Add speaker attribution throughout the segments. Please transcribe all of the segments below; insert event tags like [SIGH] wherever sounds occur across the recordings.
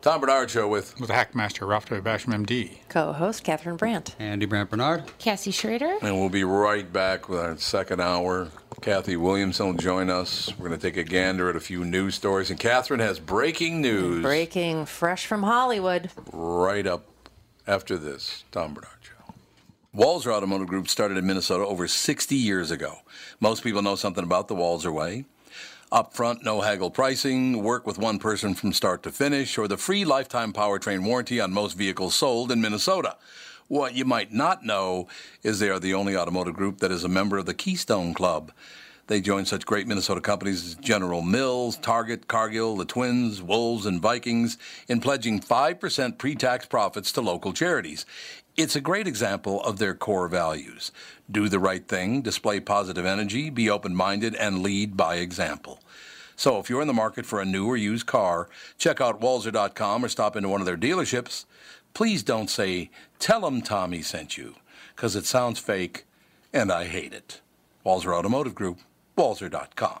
Speaker 1: Tom Bernard Show with
Speaker 2: with Hackmaster Ralph W. Basham, MD.
Speaker 3: Co-host Catherine Brandt.
Speaker 4: Andy Brandt Bernard.
Speaker 5: Cassie Schrader.
Speaker 1: And we'll be right back with our second hour. Kathy Williamson will join us. We're going to take a gander at a few news stories. And Catherine has breaking news
Speaker 3: Breaking fresh from Hollywood.
Speaker 1: right up after this. Tom Bernard Show. Walzer Automotive Group started in Minnesota over 60 years ago. Most people know something about the Walzer Way. Upfront, no haggle pricing, work with one person from start to finish, or the free lifetime powertrain warranty on most vehicles sold in Minnesota. What you might not know is they are the only automotive group that is a member of the Keystone Club. They join such great Minnesota companies as General Mills, Target, Cargill, the Twins, Wolves, and Vikings in pledging 5% pre tax profits to local charities. It's a great example of their core values do the right thing, display positive energy, be open minded, and lead by example. So if you're in the market for a new or used car, check out Walzer.com or stop into one of their dealerships. Please don't say, Tell them Tommy sent you, because it sounds fake and I hate it. Walzer Automotive Group, Walzer.com.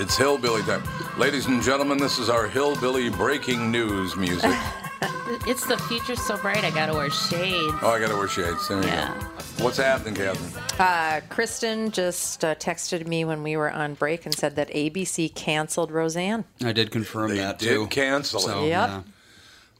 Speaker 1: it's hillbilly time. Ladies and gentlemen, this is our hillbilly breaking news music.
Speaker 5: It's the future's so bright, I gotta wear shades.
Speaker 1: Oh, I gotta wear shades. There we
Speaker 5: Yeah.
Speaker 1: go. What's happening, Catherine?
Speaker 3: Uh, Kristen just uh, texted me when we were on break and said that ABC canceled Roseanne.
Speaker 4: I did confirm
Speaker 1: They
Speaker 4: that
Speaker 1: did
Speaker 4: too.
Speaker 1: cancel it.
Speaker 4: So,
Speaker 3: Yep.
Speaker 4: yeah.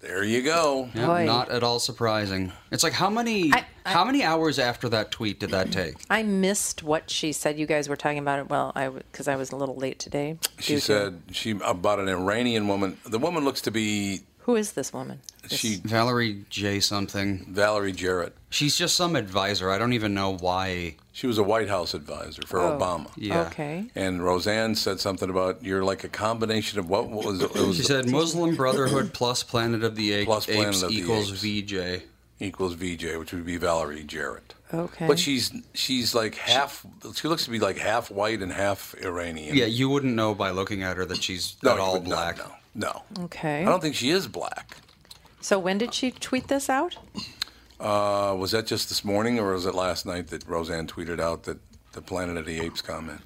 Speaker 1: There you go.
Speaker 4: Yeah,
Speaker 3: Boy.
Speaker 4: not at all surprising. It's like how many
Speaker 3: I- I-
Speaker 4: how many hours after that tweet did that take?
Speaker 3: I missed what she said. You guys were talking about it. Well, I because I was a little late today.
Speaker 1: She
Speaker 3: due to-
Speaker 1: said she about an Iranian woman. The woman looks to be
Speaker 3: "Who is this woman?" This-
Speaker 1: she
Speaker 4: Valerie J something.
Speaker 1: Valerie Jarrett.
Speaker 4: She's just some advisor. I don't even know why.
Speaker 1: She was a White House advisor for Obama.
Speaker 4: Yeah.
Speaker 3: Oh, Okay.
Speaker 1: And Roseanne said something about you're like a combination of what was it was
Speaker 4: She said Muslim Brotherhood plus Planet of the Apes,
Speaker 1: Plus Planet
Speaker 4: Apes
Speaker 1: of the
Speaker 4: equals
Speaker 1: Apes.
Speaker 4: VJ.
Speaker 1: equals VJ, which would be Valerie Jarrett.
Speaker 3: Okay.
Speaker 1: But she's she's like half. She looks to be like half white and half Iranian.
Speaker 4: Yeah, you wouldn't know by looking at her that she's
Speaker 1: no,
Speaker 4: at
Speaker 1: you
Speaker 4: all
Speaker 1: would
Speaker 4: black.
Speaker 1: not know. No,
Speaker 3: Okay.
Speaker 1: I don't think she is black.
Speaker 3: So when did she tweet this out?
Speaker 1: Uh, was that just this morning, or was it last night that Roseanne tweeted out that the Planet of the Apes comment?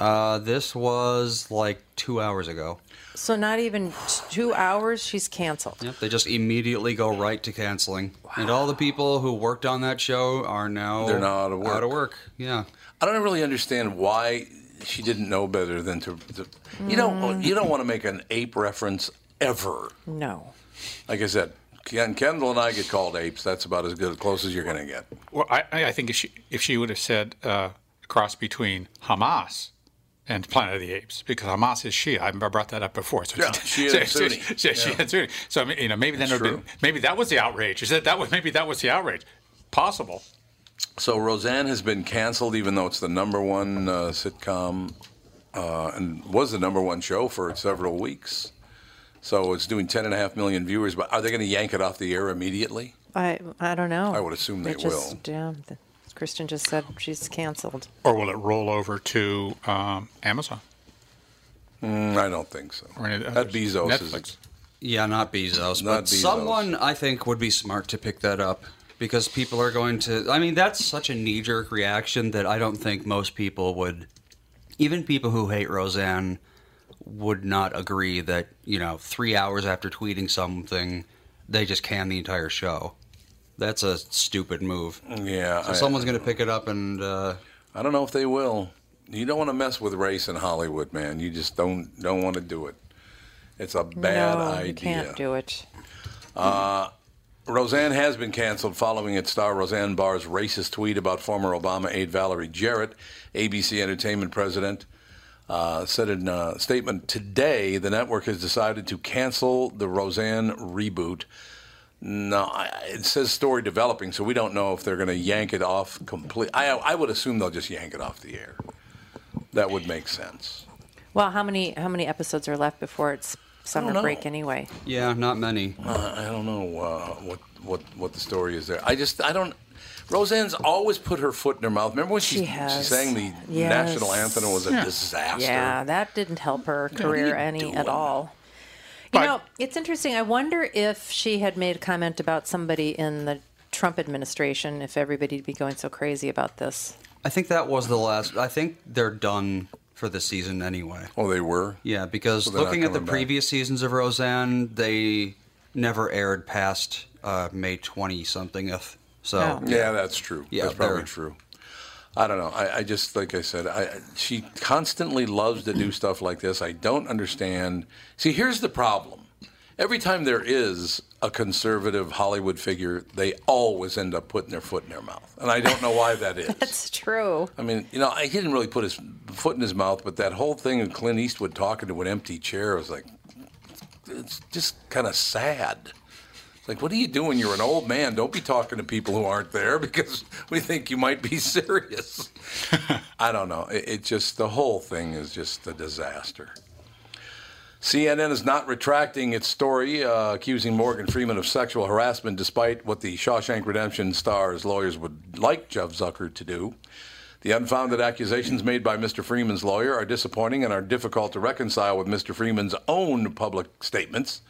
Speaker 4: Uh, this was like two hours ago.
Speaker 3: So not even two hours, she's canceled.
Speaker 4: Yep, they just immediately go right to canceling, and all the people who worked on that show are now
Speaker 1: They're now out of work.
Speaker 4: Out of work. Yeah,
Speaker 1: I don't really understand why she didn't know better than to. to You don't. You don't want to make an ape reference ever.
Speaker 3: No.
Speaker 1: Like I said, Ken, Kendall and I get called apes. That's about as good as close as you're going to get.
Speaker 2: Well, I, I I think if she if she would have said uh, a cross between Hamas and Planet of the Apes, because Hamas is Shia. I remember I brought that up before. So
Speaker 1: Yeah, Shia and Sunni.
Speaker 2: [LAUGHS] So, so, Shia and Sunni. So I mean, you know, maybe then it
Speaker 1: That's
Speaker 2: would have been,
Speaker 1: true.
Speaker 2: maybe that was the outrage. Is that that was maybe that was the outrage? Possible.
Speaker 1: So Roseanne has been canceled, even though it's the number one uh, sitcom uh, and was the number one show for several weeks. So it's doing 10.5 million viewers, but are they going to yank it off the air immediately?
Speaker 3: I I don't know.
Speaker 1: I would assume they
Speaker 3: just,
Speaker 1: will.
Speaker 3: Yeah, the, Kristen just said she's canceled.
Speaker 2: Or will it roll over to um, Amazon?
Speaker 1: Mm, I don't think so.
Speaker 2: Or any of the
Speaker 1: That
Speaker 2: others?
Speaker 1: Bezos
Speaker 2: Netflix.
Speaker 1: is.
Speaker 4: yeah, not Bezos,
Speaker 1: Not
Speaker 4: but
Speaker 1: Bezos.
Speaker 4: someone I think would be smart to pick that up because people are going to. I mean, that's such a knee-jerk reaction that I don't think most people would, even people who hate Roseanne, would not agree that you know three hours after tweeting something, they just can the entire show. That's a stupid move.
Speaker 1: Yeah.
Speaker 4: So
Speaker 1: I-
Speaker 4: someone's going to pick it up and. Uh,
Speaker 1: I don't know if they will. You don't want to mess with race in Hollywood, man. You just don't don't want to do it. It's a bad
Speaker 3: no,
Speaker 1: idea. Uh,
Speaker 3: you can't do it.
Speaker 1: Roseanne has been canceled following its star Roseanne Barr's racist tweet about former Obama aide Valerie Jarrett, ABC Entertainment president. Uh, said in a statement today, the network has decided to cancel the Roseanne reboot. No, I- it says story developing, so we don't know if they're going to yank it off complete. I, I would assume they'll just yank it off the air. That would make sense.
Speaker 3: Well, how many how many episodes are left before it's summer
Speaker 1: know.
Speaker 3: break anyway?
Speaker 4: Yeah, not many.
Speaker 1: Uh, I don't know uh, what what what the story is there. I just I don't. Roseanne's always put her foot in her mouth. Remember when she
Speaker 3: She
Speaker 1: she
Speaker 3: has.
Speaker 1: sang the
Speaker 3: Yes.
Speaker 1: national anthem and it was a disaster.
Speaker 3: Yeah, that didn't help her career any at
Speaker 1: doing?
Speaker 3: all. You know, it's interesting. I wonder if she had made a comment about somebody in the Trump administration, if everybody'd be going so crazy about this.
Speaker 4: I think that was the last. I think they're done for the season anyway.
Speaker 1: Oh, they were.
Speaker 4: Yeah, because
Speaker 1: So they're not
Speaker 4: looking at the
Speaker 1: coming back.
Speaker 4: previous seasons of Roseanne, they never aired past uh, May twenty somethingeth. So
Speaker 1: Yeah, that's true.
Speaker 4: Yeah,
Speaker 1: that's probably
Speaker 4: they're-
Speaker 1: true. I don't know. I, I just like I said. I she constantly loves to do stuff like this. I don't understand. See, here's the problem. Every time there is a conservative Hollywood figure, they always end up putting their foot in their mouth, and I don't know why that is.
Speaker 3: It's true.
Speaker 1: I mean, you know, I- he didn't really put his foot in his mouth, but that whole thing of Clint Eastwood talking to an empty chair was like, it's just kind of sad. It's like, what are you doing? You're an old man. Don't be talking to people who aren't there [LAUGHS] because we think you might be serious. I don't know. It, it just, the whole thing is just a disaster. CNN is not retracting its story uh, accusing Morgan Freeman of sexual harassment, despite what the Shawshank Redemption star's lawyers would like Jeff Zucker to do. The unfounded accusations made by Mr. Freeman's lawyer are disappointing and are difficult to reconcile with Mr. Freeman's own public statements.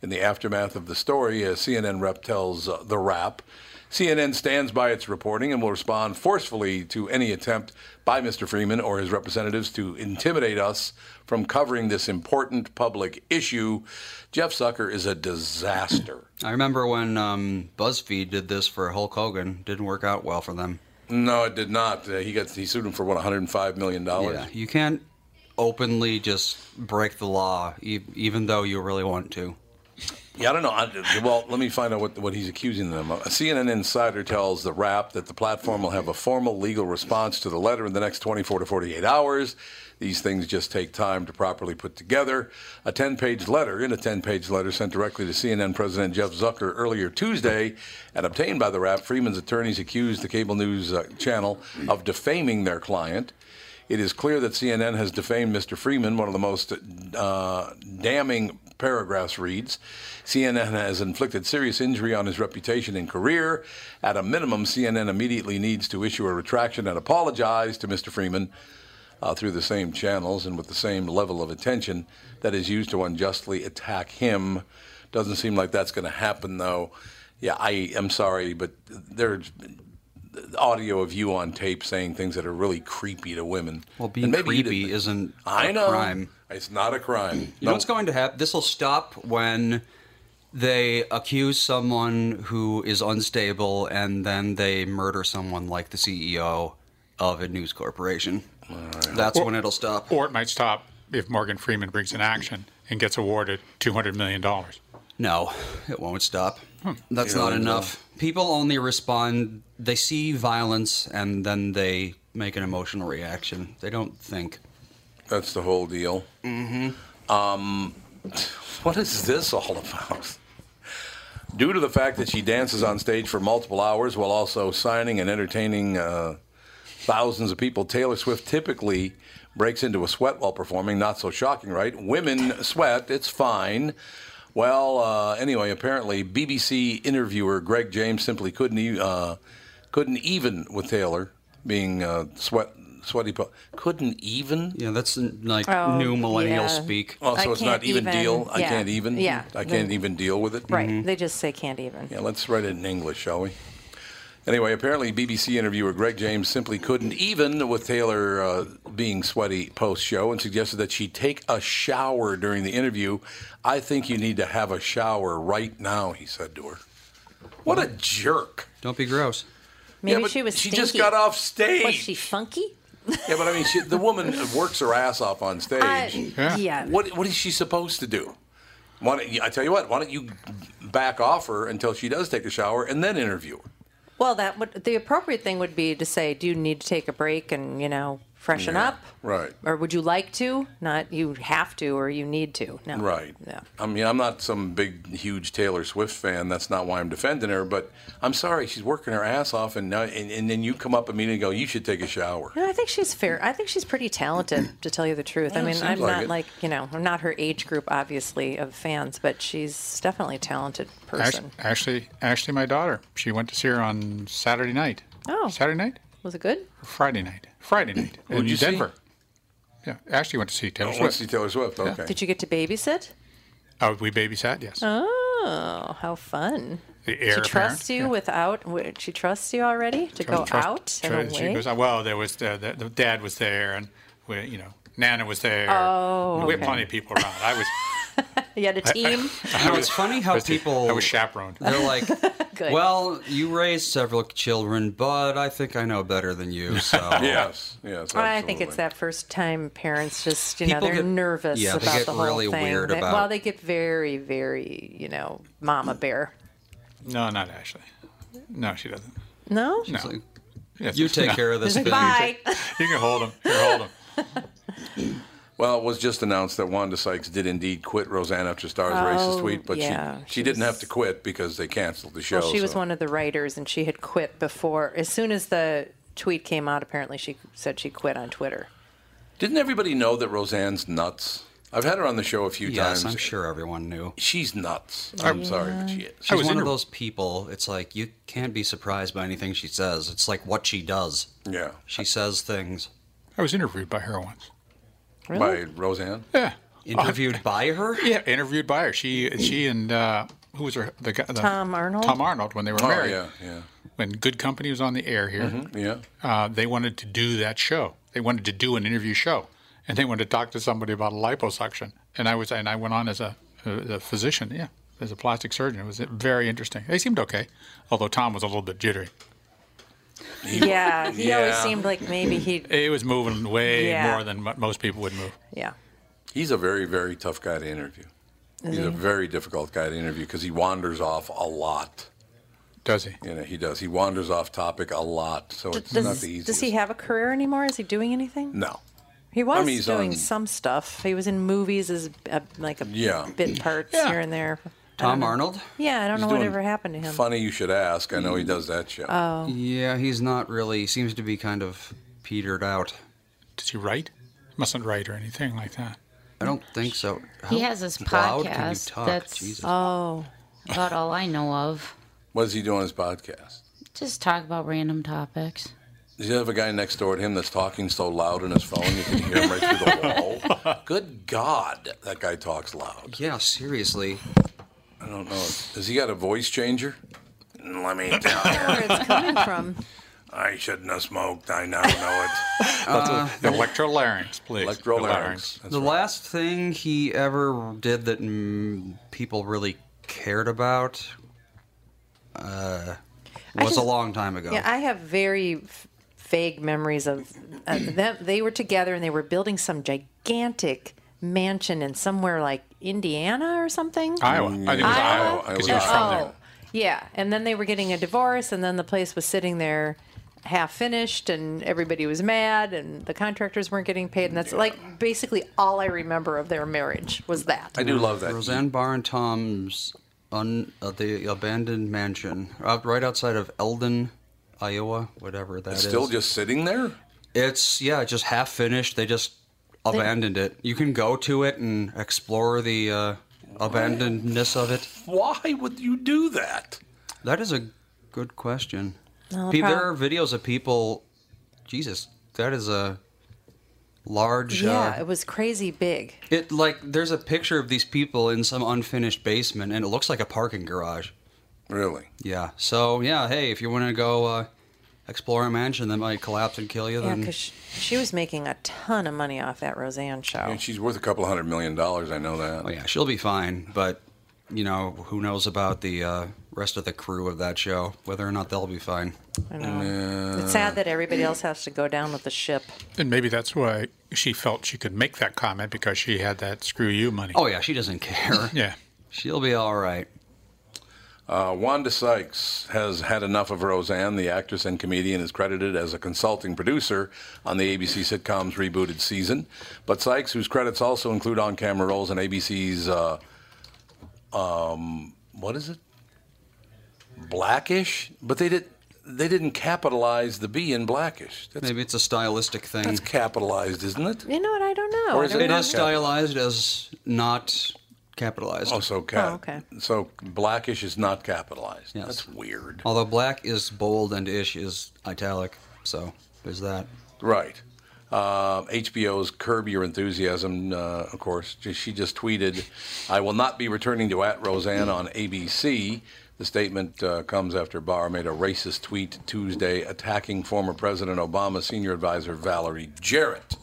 Speaker 1: In the aftermath of the story, uh, as CNN rep tells uh, The Wrap, CNN stands by its reporting and will respond forcefully to any attempt by Mr. Freeman or his representatives to intimidate us from covering this important public issue. Jeff Zucker is a disaster.
Speaker 4: I remember when um, BuzzFeed did this for Hulk Hogan. Didn't work out well for them.
Speaker 1: No, it did not. Uh, he got he sued him for what 105 million dollars.
Speaker 4: Yeah, you can't openly just break the law, e- even though you really want to.
Speaker 1: Yeah, I don't know. I, well, let me find out what, what he's accusing them of. A CNN insider tells The Wrap that the platform will have a formal legal response to the letter in the next 24 to 48 hours. These things just take time to properly put together. A 10 page letter, in a 10 page letter sent directly to CNN President Jeff Zucker earlier Tuesday and obtained by The Wrap, Freeman's attorneys accused the cable news uh, channel of defaming their client. It is clear that CNN has defamed Mr. Freeman. One of the most uh, damning paragraphs reads CNN has inflicted serious injury on his reputation and career. At a minimum, CNN immediately needs to issue a retraction and apologize to Mr. Freeman uh, through the same channels and with the same level of attention that is used to unjustly attack him. Doesn't seem like that's going to happen, though. Yeah, I am sorry, but there's audio of you on tape saying things that are really creepy to women.
Speaker 4: Well, being
Speaker 1: And maybe you
Speaker 4: creepy
Speaker 1: didn't-
Speaker 4: isn't
Speaker 1: I
Speaker 4: a
Speaker 1: know.
Speaker 4: crime.
Speaker 1: It's not a crime.
Speaker 4: You know what's going to happen? This will stop when they accuse someone who is unstable and then they murder someone like the CEO of a news corporation. That's when it'll stop.
Speaker 2: Or it might stop if Morgan Freeman brings an action and gets awarded $200 million.
Speaker 4: No, it won't stop. That's not enough. People only respond, they see violence and then they make an emotional reaction. They don't think.
Speaker 1: That's the whole deal. Mm-hmm. [LAUGHS] Um, what is this all about? Due to the fact that she dances on stage for multiple hours while also signing and entertaining uh, thousands of people, Taylor Swift typically breaks into a sweat while performing. Not so shocking, right? Women sweat. It's fine. Well, uh, anyway, apparently BBC interviewer Greg James simply couldn't e- uh, couldn't even with Taylor being uh, sweat sweaty. Po- couldn't even.
Speaker 4: Yeah, that's like
Speaker 3: Oh,
Speaker 4: new
Speaker 3: yeah.
Speaker 4: millennial speak.
Speaker 1: Oh,
Speaker 3: I
Speaker 1: so it's
Speaker 3: can't
Speaker 1: not even,
Speaker 3: even-
Speaker 1: deal. I
Speaker 3: yeah.
Speaker 1: can't even.
Speaker 3: Yeah.
Speaker 1: I can't even deal with it. Mm-hmm.
Speaker 3: Right. Mm-hmm. They just say can't even.
Speaker 1: Yeah, let's write it in English, shall we? Anyway, apparently BBC interviewer Greg James simply couldn't even with Taylor uh, being sweaty post show and suggested that she take a shower during the interview. I think you need to have a shower right now, he said to her. What a jerk.
Speaker 4: Don't be gross.
Speaker 3: Maybe
Speaker 1: but
Speaker 3: she was
Speaker 1: She just
Speaker 3: stinky.
Speaker 1: got off stage.
Speaker 3: Was she funky?
Speaker 1: yeah, but I mean, she, the woman works her ass off on stage.
Speaker 3: Uh, yeah.
Speaker 1: What what is she supposed to do? Why don't, I tell you what? Why don't you back off her until she does take a shower and then interview her?
Speaker 3: Well, that would the appropriate thing would be to say, "Do you need to take a break and you know freshen
Speaker 1: Yeah,
Speaker 3: up?"
Speaker 1: right.
Speaker 3: Or would you like to? Not you have to or you need to. No.
Speaker 1: Right.
Speaker 3: Yeah.
Speaker 1: I mean, I'm not some big, huge Taylor Swift fan. That's not why I'm defending her. But I'm sorry, she's working her ass off, and now, and, and then you come up immediately and go, "You should take a shower."
Speaker 3: No, I think she's fair. I think she's pretty talented, to tell you the truth. I
Speaker 1: Yeah,
Speaker 3: mean,
Speaker 1: seems
Speaker 3: I'm
Speaker 1: like
Speaker 3: not
Speaker 1: it.
Speaker 3: like you know, I'm not her age group, obviously, of fans, but she's definitely a talented
Speaker 2: Ash-
Speaker 3: person.
Speaker 2: Ashley, Ashley, my daughter, she went to see her on Saturday night.
Speaker 3: Oh.
Speaker 2: Saturday night?
Speaker 3: Was it good?
Speaker 2: Or Friday night. Friday night. in
Speaker 1: What'd you see?
Speaker 2: Denver. Yeah, Ashley went to see Taylor
Speaker 1: I want to
Speaker 2: Swift.
Speaker 1: see Taylor Swift. Okay.
Speaker 3: Did you get to babysit?
Speaker 2: Oh, we babysat, yes.
Speaker 3: Oh, how fun!
Speaker 2: the heir
Speaker 3: she
Speaker 2: apparent,
Speaker 3: trusts you
Speaker 2: yeah.
Speaker 3: without. wi- She trusts you already to go
Speaker 2: Trust-
Speaker 3: out and
Speaker 2: trust- she
Speaker 3: away.
Speaker 2: goes,
Speaker 3: [LAUGHS]
Speaker 2: well, there was uh, the, the, the dad was there, and we, you know, Nana was there.
Speaker 3: Oh,
Speaker 2: we had
Speaker 3: okay.
Speaker 2: plenty of people around. I was,
Speaker 3: you had a
Speaker 4: [LAUGHS]
Speaker 3: team.
Speaker 4: You know, it's funny how people.
Speaker 2: I was chaperoned.
Speaker 4: They're like,
Speaker 3: [LAUGHS] Good.
Speaker 4: well, you raised several children, but I think I know better than
Speaker 1: [LAUGHS]
Speaker 4: you. So
Speaker 1: Yes. Yes.
Speaker 3: I think it's
Speaker 1: absolutely.
Speaker 3: that first time parents just you know
Speaker 4: People
Speaker 3: they're
Speaker 4: get-
Speaker 3: nervous
Speaker 4: yeah, they
Speaker 3: about
Speaker 4: get
Speaker 3: the whole
Speaker 4: really
Speaker 3: thing.
Speaker 4: weird
Speaker 3: They-
Speaker 4: about-
Speaker 3: Well, they get very, very you know mama bear.
Speaker 2: No, not Ashley. No, she doesn't.
Speaker 3: No,
Speaker 2: No.
Speaker 4: It's like,
Speaker 2: Yes,
Speaker 4: you take care of this thing.
Speaker 3: bye.
Speaker 2: You can hold him. You can hold him.
Speaker 1: Well, it was just announced that Wanda Sykes did indeed quit Roseanne after Stars racist
Speaker 3: Oh,
Speaker 1: tweet, but
Speaker 3: yeah,
Speaker 1: she, she,
Speaker 3: she
Speaker 1: didn't
Speaker 3: was-
Speaker 1: have to quit because they canceled the
Speaker 3: [LAUGHS]
Speaker 1: show.
Speaker 3: Well, she was
Speaker 1: so-
Speaker 3: one of the writers, and she had quit before. As soon as the tweet came out, apparently she said she quit on Twitter.
Speaker 1: Didn't everybody know that Roseanne's nuts? I've had her on the show a few
Speaker 4: Yes,
Speaker 1: times.
Speaker 4: I'm sure everyone knew.
Speaker 1: She's nuts. I'm sorry, but she is.
Speaker 4: She's
Speaker 2: was
Speaker 4: one
Speaker 2: in
Speaker 4: of
Speaker 2: a-
Speaker 4: those people. It's like you can't be surprised by anything she says. It's like what she does.
Speaker 1: Yeah.
Speaker 4: She says things.
Speaker 2: I was interviewed by her once.
Speaker 1: By Roseanne.
Speaker 2: Yeah.
Speaker 4: Interviewed by her.
Speaker 2: Yeah, interviewed by her. She she and uh, who was her the guy? The,
Speaker 3: Tom Arnold?
Speaker 2: Tom Arnold when they were
Speaker 1: Oh,
Speaker 2: married.
Speaker 1: yeah, yeah,
Speaker 2: When Good Company was on the air here,
Speaker 4: Mm-hmm,
Speaker 1: yeah.
Speaker 2: uh, they wanted to do that show. They wanted to do an interview show, and they wanted to talk to somebody about liposuction. And I was and I went on as a, uh, a, a physician. Yeah, as a plastic surgeon. It was very interesting. They seemed okay, although Tom was a little bit jittery.
Speaker 3: Yeah, he always
Speaker 1: Yeah.
Speaker 3: seemed like maybe he.
Speaker 2: It was moving way
Speaker 3: Yeah.
Speaker 2: more than mo- most people would move.
Speaker 3: Yeah,
Speaker 1: He's a very, very tough guy to interview. He's a very difficult guy to interview because he wanders off a lot.
Speaker 2: Does he?
Speaker 1: You know, he does. He wanders off topic a lot, so it's not
Speaker 3: does,
Speaker 1: the easiest.
Speaker 3: does he have a career anymore? Is he doing anything?
Speaker 1: No.
Speaker 3: He was
Speaker 1: mean, he's
Speaker 3: doing
Speaker 1: on-
Speaker 3: some stuff. He was in movies as a, like a
Speaker 1: Yeah.
Speaker 3: bit parts
Speaker 2: Yeah.
Speaker 3: here and there.
Speaker 4: Tom Arnold.
Speaker 3: Yeah, I don't
Speaker 1: He's
Speaker 3: know
Speaker 1: doing
Speaker 3: whatever happened to him.
Speaker 1: Funny you should ask. I know he does that show.
Speaker 4: Yeah, he's not really. Seems to be kind of petered out.
Speaker 2: Does he write? Mustn't write or anything like that.
Speaker 4: I don't think so.
Speaker 5: He
Speaker 4: How
Speaker 5: has his
Speaker 4: loud can you
Speaker 5: podcast
Speaker 4: talk?
Speaker 5: that's-
Speaker 4: Jesus.
Speaker 3: Oh,
Speaker 5: About all I know of.
Speaker 1: what does he do on his podcast?
Speaker 5: Just talk about random topics.
Speaker 1: Does he have a guy next door to him that's talking so loud on his phone you can hear him right through the
Speaker 4: [LAUGHS]
Speaker 1: wall? Good God, that guy talks loud.
Speaker 4: yeah, seriously.
Speaker 1: I [LAUGHS] don't know. Does he got a voice changer? Let me tell you.
Speaker 3: where it's coming from?
Speaker 1: I shouldn't have smoked. I now [LAUGHS] know it.
Speaker 2: Electrolarynx, please.
Speaker 1: Uh, Electrolarynx. That's
Speaker 4: the
Speaker 1: right.
Speaker 4: last thing he ever did that mm, people really cared about uh,
Speaker 3: I
Speaker 4: was
Speaker 3: just-
Speaker 4: a long time ago.
Speaker 3: Yeah, I have very f- vague memories of uh, them. They were together and they were building some gigantic mansion in somewhere like Indiana or something.
Speaker 2: Iowa. I think it was
Speaker 1: Iowa?
Speaker 2: Iowa because he
Speaker 1: Iowa.
Speaker 2: was from there.
Speaker 3: Oh, yeah. And then they were getting a divorce, and then the place was sitting there half finished, and everybody was mad, and the contractors weren't getting paid. And that's like basically all I remember of their marriage was that.
Speaker 1: I do love that.
Speaker 4: Roseanne Barr and Tom's un, uh, the abandoned mansion out right outside of Eldon, Iowa, whatever that is.
Speaker 1: It's still just sitting there?
Speaker 4: It's yeah, just half finished. They just abandoned it. You can go to it and explore the uh, abandonedness of it.
Speaker 1: Why would you do that?
Speaker 4: That is a good question.
Speaker 3: No
Speaker 4: Pe-
Speaker 3: prob-
Speaker 4: there are videos of people. Jesus, that is a large.
Speaker 3: yeah,
Speaker 4: uh,
Speaker 3: it was crazy big.
Speaker 4: it like there's a picture of these people in some unfinished basement, and it looks like a parking garage.
Speaker 1: Really?
Speaker 4: Yeah. So yeah, hey, if you want to go uh, explore a mansion that might collapse and kill you,
Speaker 3: Yeah,
Speaker 4: then
Speaker 3: because she, she was making a ton of money off that Roseanne show.
Speaker 1: And she's worth a couple hundred million dollars. I know that.
Speaker 4: oh yeah, she'll be fine. But you know, who knows about the uh, rest of the crew of that show, whether or not they'll be fine.
Speaker 3: I know. It's
Speaker 1: uh,
Speaker 3: sad that everybody else has to go down with the ship.
Speaker 2: And maybe that's why she felt she could make that comment because she had that screw you money.
Speaker 4: Oh yeah, she doesn't [LAUGHS] care.
Speaker 2: Yeah.
Speaker 4: she'll be all right.
Speaker 1: Uh, Wanda Sykes has had enough of Roseanne. The actress and comedian is credited as a consulting producer on the ABC sitcom's rebooted season. But Sykes, whose credits also include on camera roles in ABC's, uh, um, what is it? Blackish? But they, did, they didn't capitalize the B in Blackish. That's,
Speaker 4: Maybe it's a stylistic thing.
Speaker 1: that's capitalized, isn't it?
Speaker 3: You know what? I don't know.
Speaker 1: Or
Speaker 3: Oh, I
Speaker 1: is
Speaker 3: don't
Speaker 1: it
Speaker 4: It
Speaker 3: know.
Speaker 4: is stylized as not capitalized.
Speaker 1: Oh, so cap.
Speaker 3: Oh, okay.
Speaker 1: So Blackish is not capitalized.
Speaker 4: Yes.
Speaker 1: That's weird.
Speaker 4: Although black is bold and ish is italic, so there's that.
Speaker 1: Right. Uh, HBO's Curb Your Enthusiasm, uh, of course, ju- she just tweeted, I will not be returning to at Roseanne on ABC. The statement uh, comes after Barr made a racist tweet Tuesday attacking former President Obama senior advisor Valerie Jarrett.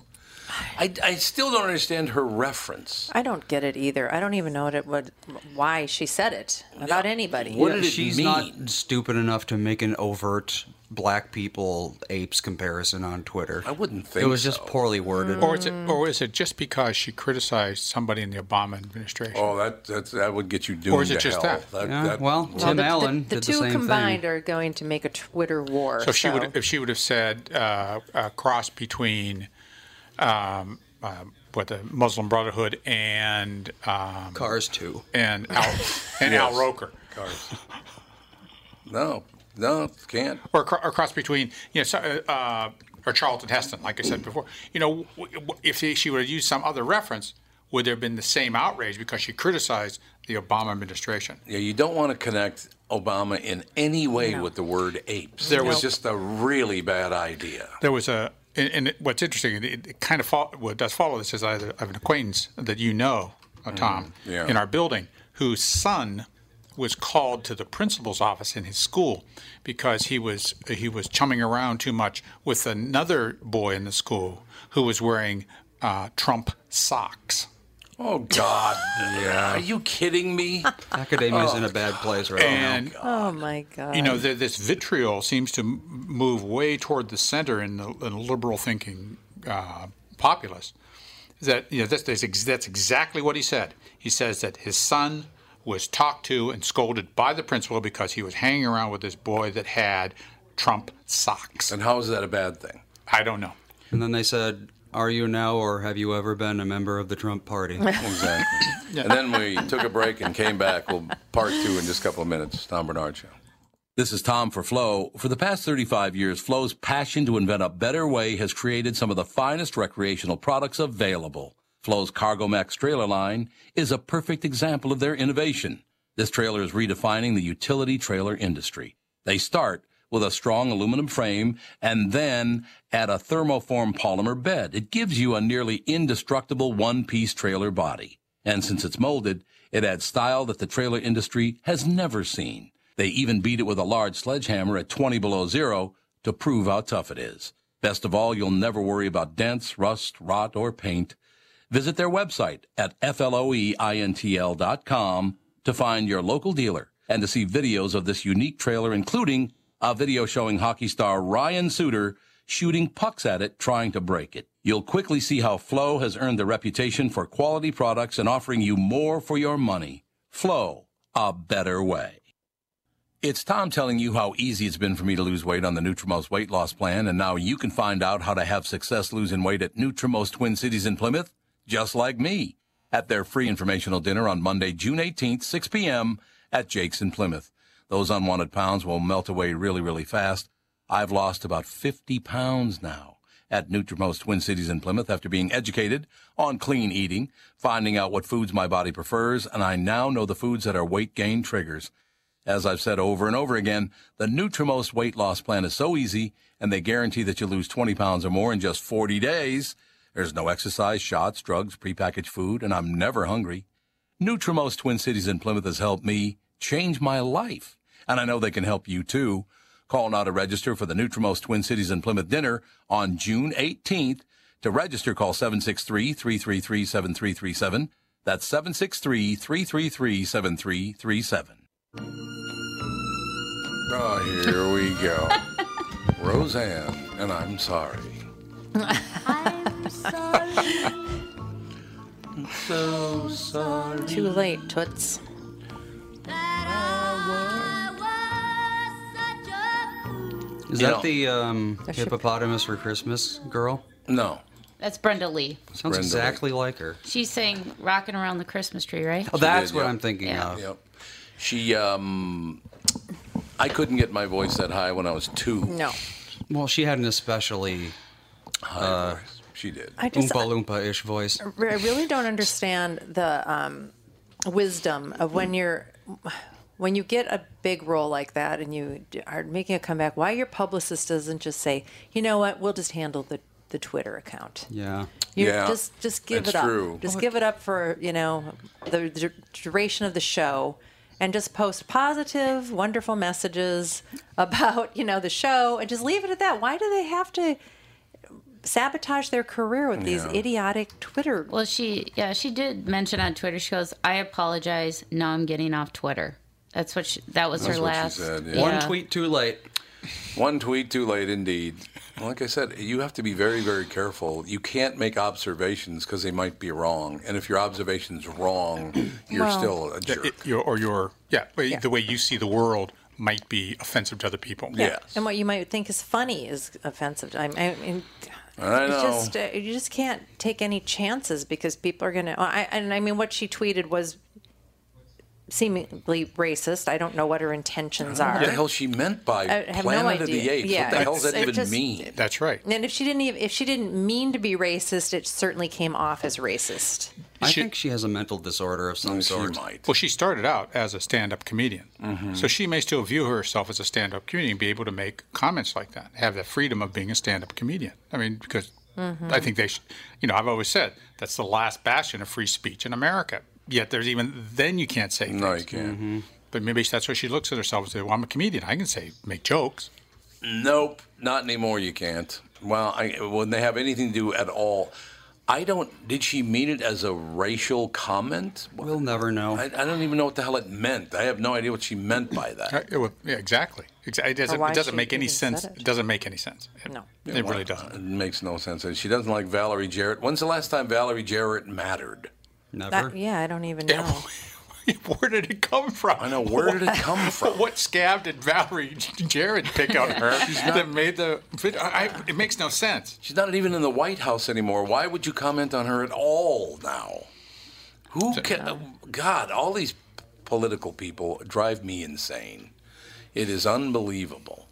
Speaker 1: I, I still don't understand her reference.
Speaker 3: I don't get it either. I don't even know what it would, why she said it about anybody.
Speaker 1: What did it
Speaker 4: She's
Speaker 1: mean?
Speaker 4: not stupid enough to make an overt black people apes comparison on Twitter.
Speaker 1: I wouldn't think
Speaker 4: It was just
Speaker 1: so.
Speaker 4: poorly worded.
Speaker 2: Mm. Or is, it,
Speaker 3: Mm.
Speaker 2: or is it just because she criticized somebody in the Obama administration?
Speaker 1: Oh, that, that that would get you doomed
Speaker 2: Or is it
Speaker 1: to
Speaker 2: just
Speaker 1: hell.
Speaker 2: that?
Speaker 4: Yeah, well, Tim
Speaker 3: the,
Speaker 4: Allen
Speaker 3: the,
Speaker 4: did
Speaker 3: two
Speaker 4: the same
Speaker 3: combined
Speaker 4: thing.
Speaker 3: are going to make a Twitter war.
Speaker 2: So if she would, if she would have said uh, a cross between um, uh, what the Muslim Brotherhood and um,
Speaker 4: Cars too.
Speaker 2: and Al
Speaker 1: [LAUGHS]
Speaker 2: and Al Roker,
Speaker 1: no, no, can't.
Speaker 2: or, cro- or cross between you know so, uh, uh, or Charlton Heston, like I said before, you know, w- w- if she would have used some other reference, would there have been the same outrage because she criticized the Obama administration?
Speaker 1: Yeah, you don't want to connect Obama in any way with the word apes. There was just a really bad idea.
Speaker 2: There was a, and, and it- what's interesting, it- it, it kind of fol- what does follow this is I have an acquaintance that you know, uh, Tom,
Speaker 1: Mm, yeah.
Speaker 2: in our building, whose son was called to the principal's office in his school because he was he was chumming around too much with another boy in the school who was wearing uh, Trump socks.
Speaker 1: Oh God! yeah. [LAUGHS] Are you kidding me?
Speaker 2: Oh,
Speaker 4: Academia's in a bad place right
Speaker 2: And
Speaker 3: oh my god!
Speaker 2: you know, the, this vitriol seems to m- move way toward the center in the, in liberal thinking uh, populace. That you know, that's, that's, ex- that's exactly what he said. He says that his son was talked to and scolded by the principal because he was hanging around with this boy that had Trump socks.
Speaker 1: And how is that a bad thing?
Speaker 2: I don't know.
Speaker 4: now. And then they said, Are you now or have you ever been a member of the Trump party?
Speaker 1: Exactly. And then we took a break and came back. We'll part two in just a couple of minutes. Tom Bernard Show. This is Tom for Flo. For the past 35 years, Flo's passion to invent a better way has created some of the finest recreational products available. Flo's Cargo Max trailer line is a perfect example of their innovation. This trailer is redefining the utility trailer industry. They start with a strong aluminum frame and then add a thermoform polymer bed. It gives you a nearly indestructible one piece trailer body. And since it's molded, it adds style that the trailer industry has never seen. They even beat it with a large sledgehammer at 20 below zero to prove how tough it is. Best of all, you'll never worry about dents, rust, rot, or paint. Visit their website at E floeintl.com to find your local dealer and to see videos of this unique trailer, including a video showing hockey star Ryan Suter shooting pucks at it, trying to break it. You'll quickly see how Flow has earned the reputation for quality products and offering you more for your money. Flow, a better way. It's Tom telling you how easy it's been for me to lose weight on the Nutrimost weight loss plan, and now you can find out how to have success losing weight at Nutrimost Twin Cities in Plymouth, just like me, at their free informational dinner on Monday, June 18th, 6 p.m. at Jake's in Plymouth. Those unwanted pounds will melt away really, really fast. I've lost about 50 pounds now at Nutrimost Twin Cities in Plymouth after being educated on clean eating, finding out what foods my body prefers, and I now know the foods that are weight gain triggers. As I've said over and over again, the Nutrimost weight loss plan is so easy and they guarantee that you'll lose 20 pounds or more in just 40 days. There's no exercise, shots, drugs, prepackaged food, and I'm never hungry. Nutrimost Twin Cities in Plymouth has helped me change my life, and I know they can help you too. Call now to register for the Nutrimost Twin Cities in Plymouth dinner on June 18th. To register, call 763-333-7337. That's 763-333-7337. Oh, here we go.
Speaker 4: [LAUGHS]
Speaker 1: Roseanne, and I'm sorry. [LAUGHS]
Speaker 4: Oh,
Speaker 1: So sorry.
Speaker 3: Too late, Toots.
Speaker 4: Is
Speaker 1: You
Speaker 4: that
Speaker 1: know-
Speaker 4: the um,
Speaker 3: should-
Speaker 4: hippopotamus for Christmas girl?
Speaker 1: No.
Speaker 5: That's Brenda Lee.
Speaker 4: Sounds
Speaker 1: Brenda.
Speaker 4: exactly like her.
Speaker 5: She's saying "Rocking Around the Christmas Tree," right?
Speaker 4: Oh, that's
Speaker 1: did,
Speaker 4: what
Speaker 1: yeah.
Speaker 4: I'm thinking
Speaker 5: Yeah.
Speaker 4: of.
Speaker 1: Yep. She, um, I couldn't get my voice that high when I was
Speaker 3: [LAUGHS]
Speaker 1: two.
Speaker 3: No,
Speaker 4: Well, she had an especially
Speaker 1: High voice. She did.
Speaker 3: I just
Speaker 4: uh, oompa loompa ish voice.
Speaker 3: I really don't understand the um, wisdom of
Speaker 1: Hmm.
Speaker 3: when you're when you get a big role like that and you d- are making a comeback. Why your publicist doesn't just say, you know what, we'll just handle the the Twitter account.
Speaker 4: Yeah.
Speaker 3: You
Speaker 1: Yeah,
Speaker 3: just just give it
Speaker 1: that's
Speaker 3: up.
Speaker 1: true.
Speaker 3: Just give it up for you know the, the duration of the show, and just post positive, wonderful messages about you know the show, and just leave it at that. Why do they have to sabotage their career with these
Speaker 1: Yeah.
Speaker 3: idiotic Twitter?
Speaker 5: Well, she yeah she did mention on Twitter. She goes, "I apologize. Now I'm getting off Twitter." That's what she, that was
Speaker 1: That's
Speaker 5: her
Speaker 1: what she
Speaker 5: last.
Speaker 1: said, yeah.
Speaker 4: One tweet too late.
Speaker 1: One tweet too late, indeed. Like I said, you have to be very, very careful. You can't make observations because they might be wrong. And if your
Speaker 3: [CLEARS THROAT]
Speaker 1: observation's wrong, you're
Speaker 3: Well-
Speaker 1: still a jerk.
Speaker 2: It- your, or your yeah, but the way you see the world might be offensive to other people.
Speaker 1: yes.
Speaker 3: And what you might think is funny is offensive. I I mean,
Speaker 1: I
Speaker 3: it's
Speaker 1: know.
Speaker 3: just uh, you just can't take any chances because people are gonna. I, and I mean, what she tweeted was seemingly racist. I don't know what her intentions are.
Speaker 1: what the hell she meant by
Speaker 3: I have no
Speaker 1: Planet of
Speaker 3: idea.
Speaker 1: the Apes?
Speaker 3: Yeah,
Speaker 1: what the hell
Speaker 3: it's-
Speaker 1: does that
Speaker 3: it
Speaker 1: even
Speaker 3: just-
Speaker 1: mean?
Speaker 2: That's right.
Speaker 3: And if she didn't even, if she didn't mean to be racist, it certainly came off as racist.
Speaker 4: I
Speaker 2: She-
Speaker 4: think she has a mental disorder of some
Speaker 1: She
Speaker 4: sort.
Speaker 1: might. Mm-hmm.
Speaker 2: Well, she started out as a stand-up comedian, so she may still view herself as a stand-up comedian, and be able to make comments like that, have the freedom of being a stand-up comedian. I mean, because
Speaker 4: Mm-hmm.
Speaker 3: Mm-hmm.
Speaker 2: I think they, should, you know, I've always said that's the last bastion of free speech in America. Yet there's even then you can't say
Speaker 1: No,
Speaker 2: things.
Speaker 1: you can't.
Speaker 4: Mm-hmm.
Speaker 2: But maybe that's where she looks at herself and says, "Well, I'm a comedian. I can say make jokes."
Speaker 1: Nope, not anymore. You can't. Well, I, when they have anything to do at all, I don't. Did she mean it as a racial comment?
Speaker 4: We'll never know.
Speaker 1: I, I don't even know what the hell it meant. I have no idea what she
Speaker 2: [CLEARS THROAT]
Speaker 1: meant by that.
Speaker 2: Uh, it would- yeah, exactly. Exa- It doesn't,
Speaker 3: why
Speaker 2: it doesn't
Speaker 3: she
Speaker 2: make any
Speaker 3: even said
Speaker 2: sense.
Speaker 3: it.
Speaker 2: It. doesn't make any sense. It-
Speaker 3: No.
Speaker 2: It, really doesn't.
Speaker 1: It makes no sense. And she doesn't like Valerie Jarrett. When's the last time Valerie Jarrett mattered?
Speaker 4: never.
Speaker 3: That, yeah, I don't even
Speaker 2: Yeah,
Speaker 3: know.
Speaker 2: where did it come from?
Speaker 1: I know. Where did it come
Speaker 2: But
Speaker 1: from?
Speaker 2: what scab did Valerie [LAUGHS] Jared pick on her that made the video? I, I- it makes no sense.
Speaker 1: She's not even in the White House anymore. Why would you comment on her at all now? Who can? God, all these political people drive me insane. It is unbelievable.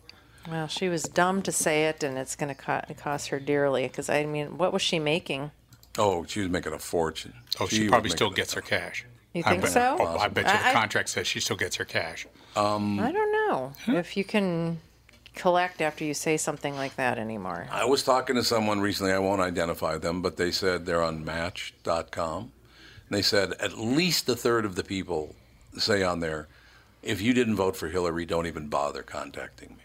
Speaker 3: Well, she was dumb to say it, and it's going to co- cost her dearly. Because I mean, what was she making?
Speaker 1: Oh, she was making a fortune.
Speaker 2: Oh, she,
Speaker 1: was
Speaker 2: probably
Speaker 1: making
Speaker 2: still
Speaker 1: a-
Speaker 2: gets her cash.
Speaker 3: You
Speaker 2: I
Speaker 3: think
Speaker 2: bet-
Speaker 3: so?
Speaker 2: Oh, I bet you the
Speaker 3: I-
Speaker 2: contract says she still gets her cash.
Speaker 1: Um,
Speaker 3: I don't know if you can collect after you say something like that anymore.
Speaker 1: I was talking to someone recently. I won't identify them, but they said they're on Match.com. And they said at least a third of the people say on there, if you didn't vote for Hillary, don't even bother contacting me.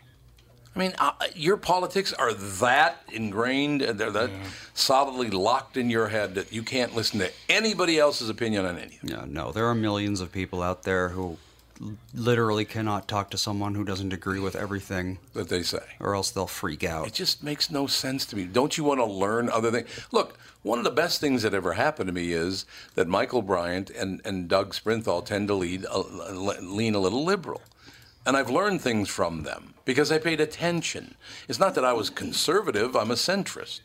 Speaker 1: I mean, uh, your politics are that ingrained, and they're that solidly locked in your head that you can't listen to anybody else's opinion on anything.
Speaker 4: Yeah, no, there are millions of people out there who l- literally cannot talk to someone who doesn't agree with everything,
Speaker 1: that they say.
Speaker 4: or else they'll freak
Speaker 1: It
Speaker 4: out.
Speaker 1: just makes no sense to me. Don't you want to learn other things? Look, one of the best things that ever happened to me is that Michael Bryant and, and Doug Sprinthal tend to lead, uh, lean a little liberal. And I've learned things from them because I paid attention. It's not that I was conservative, I'm a centrist.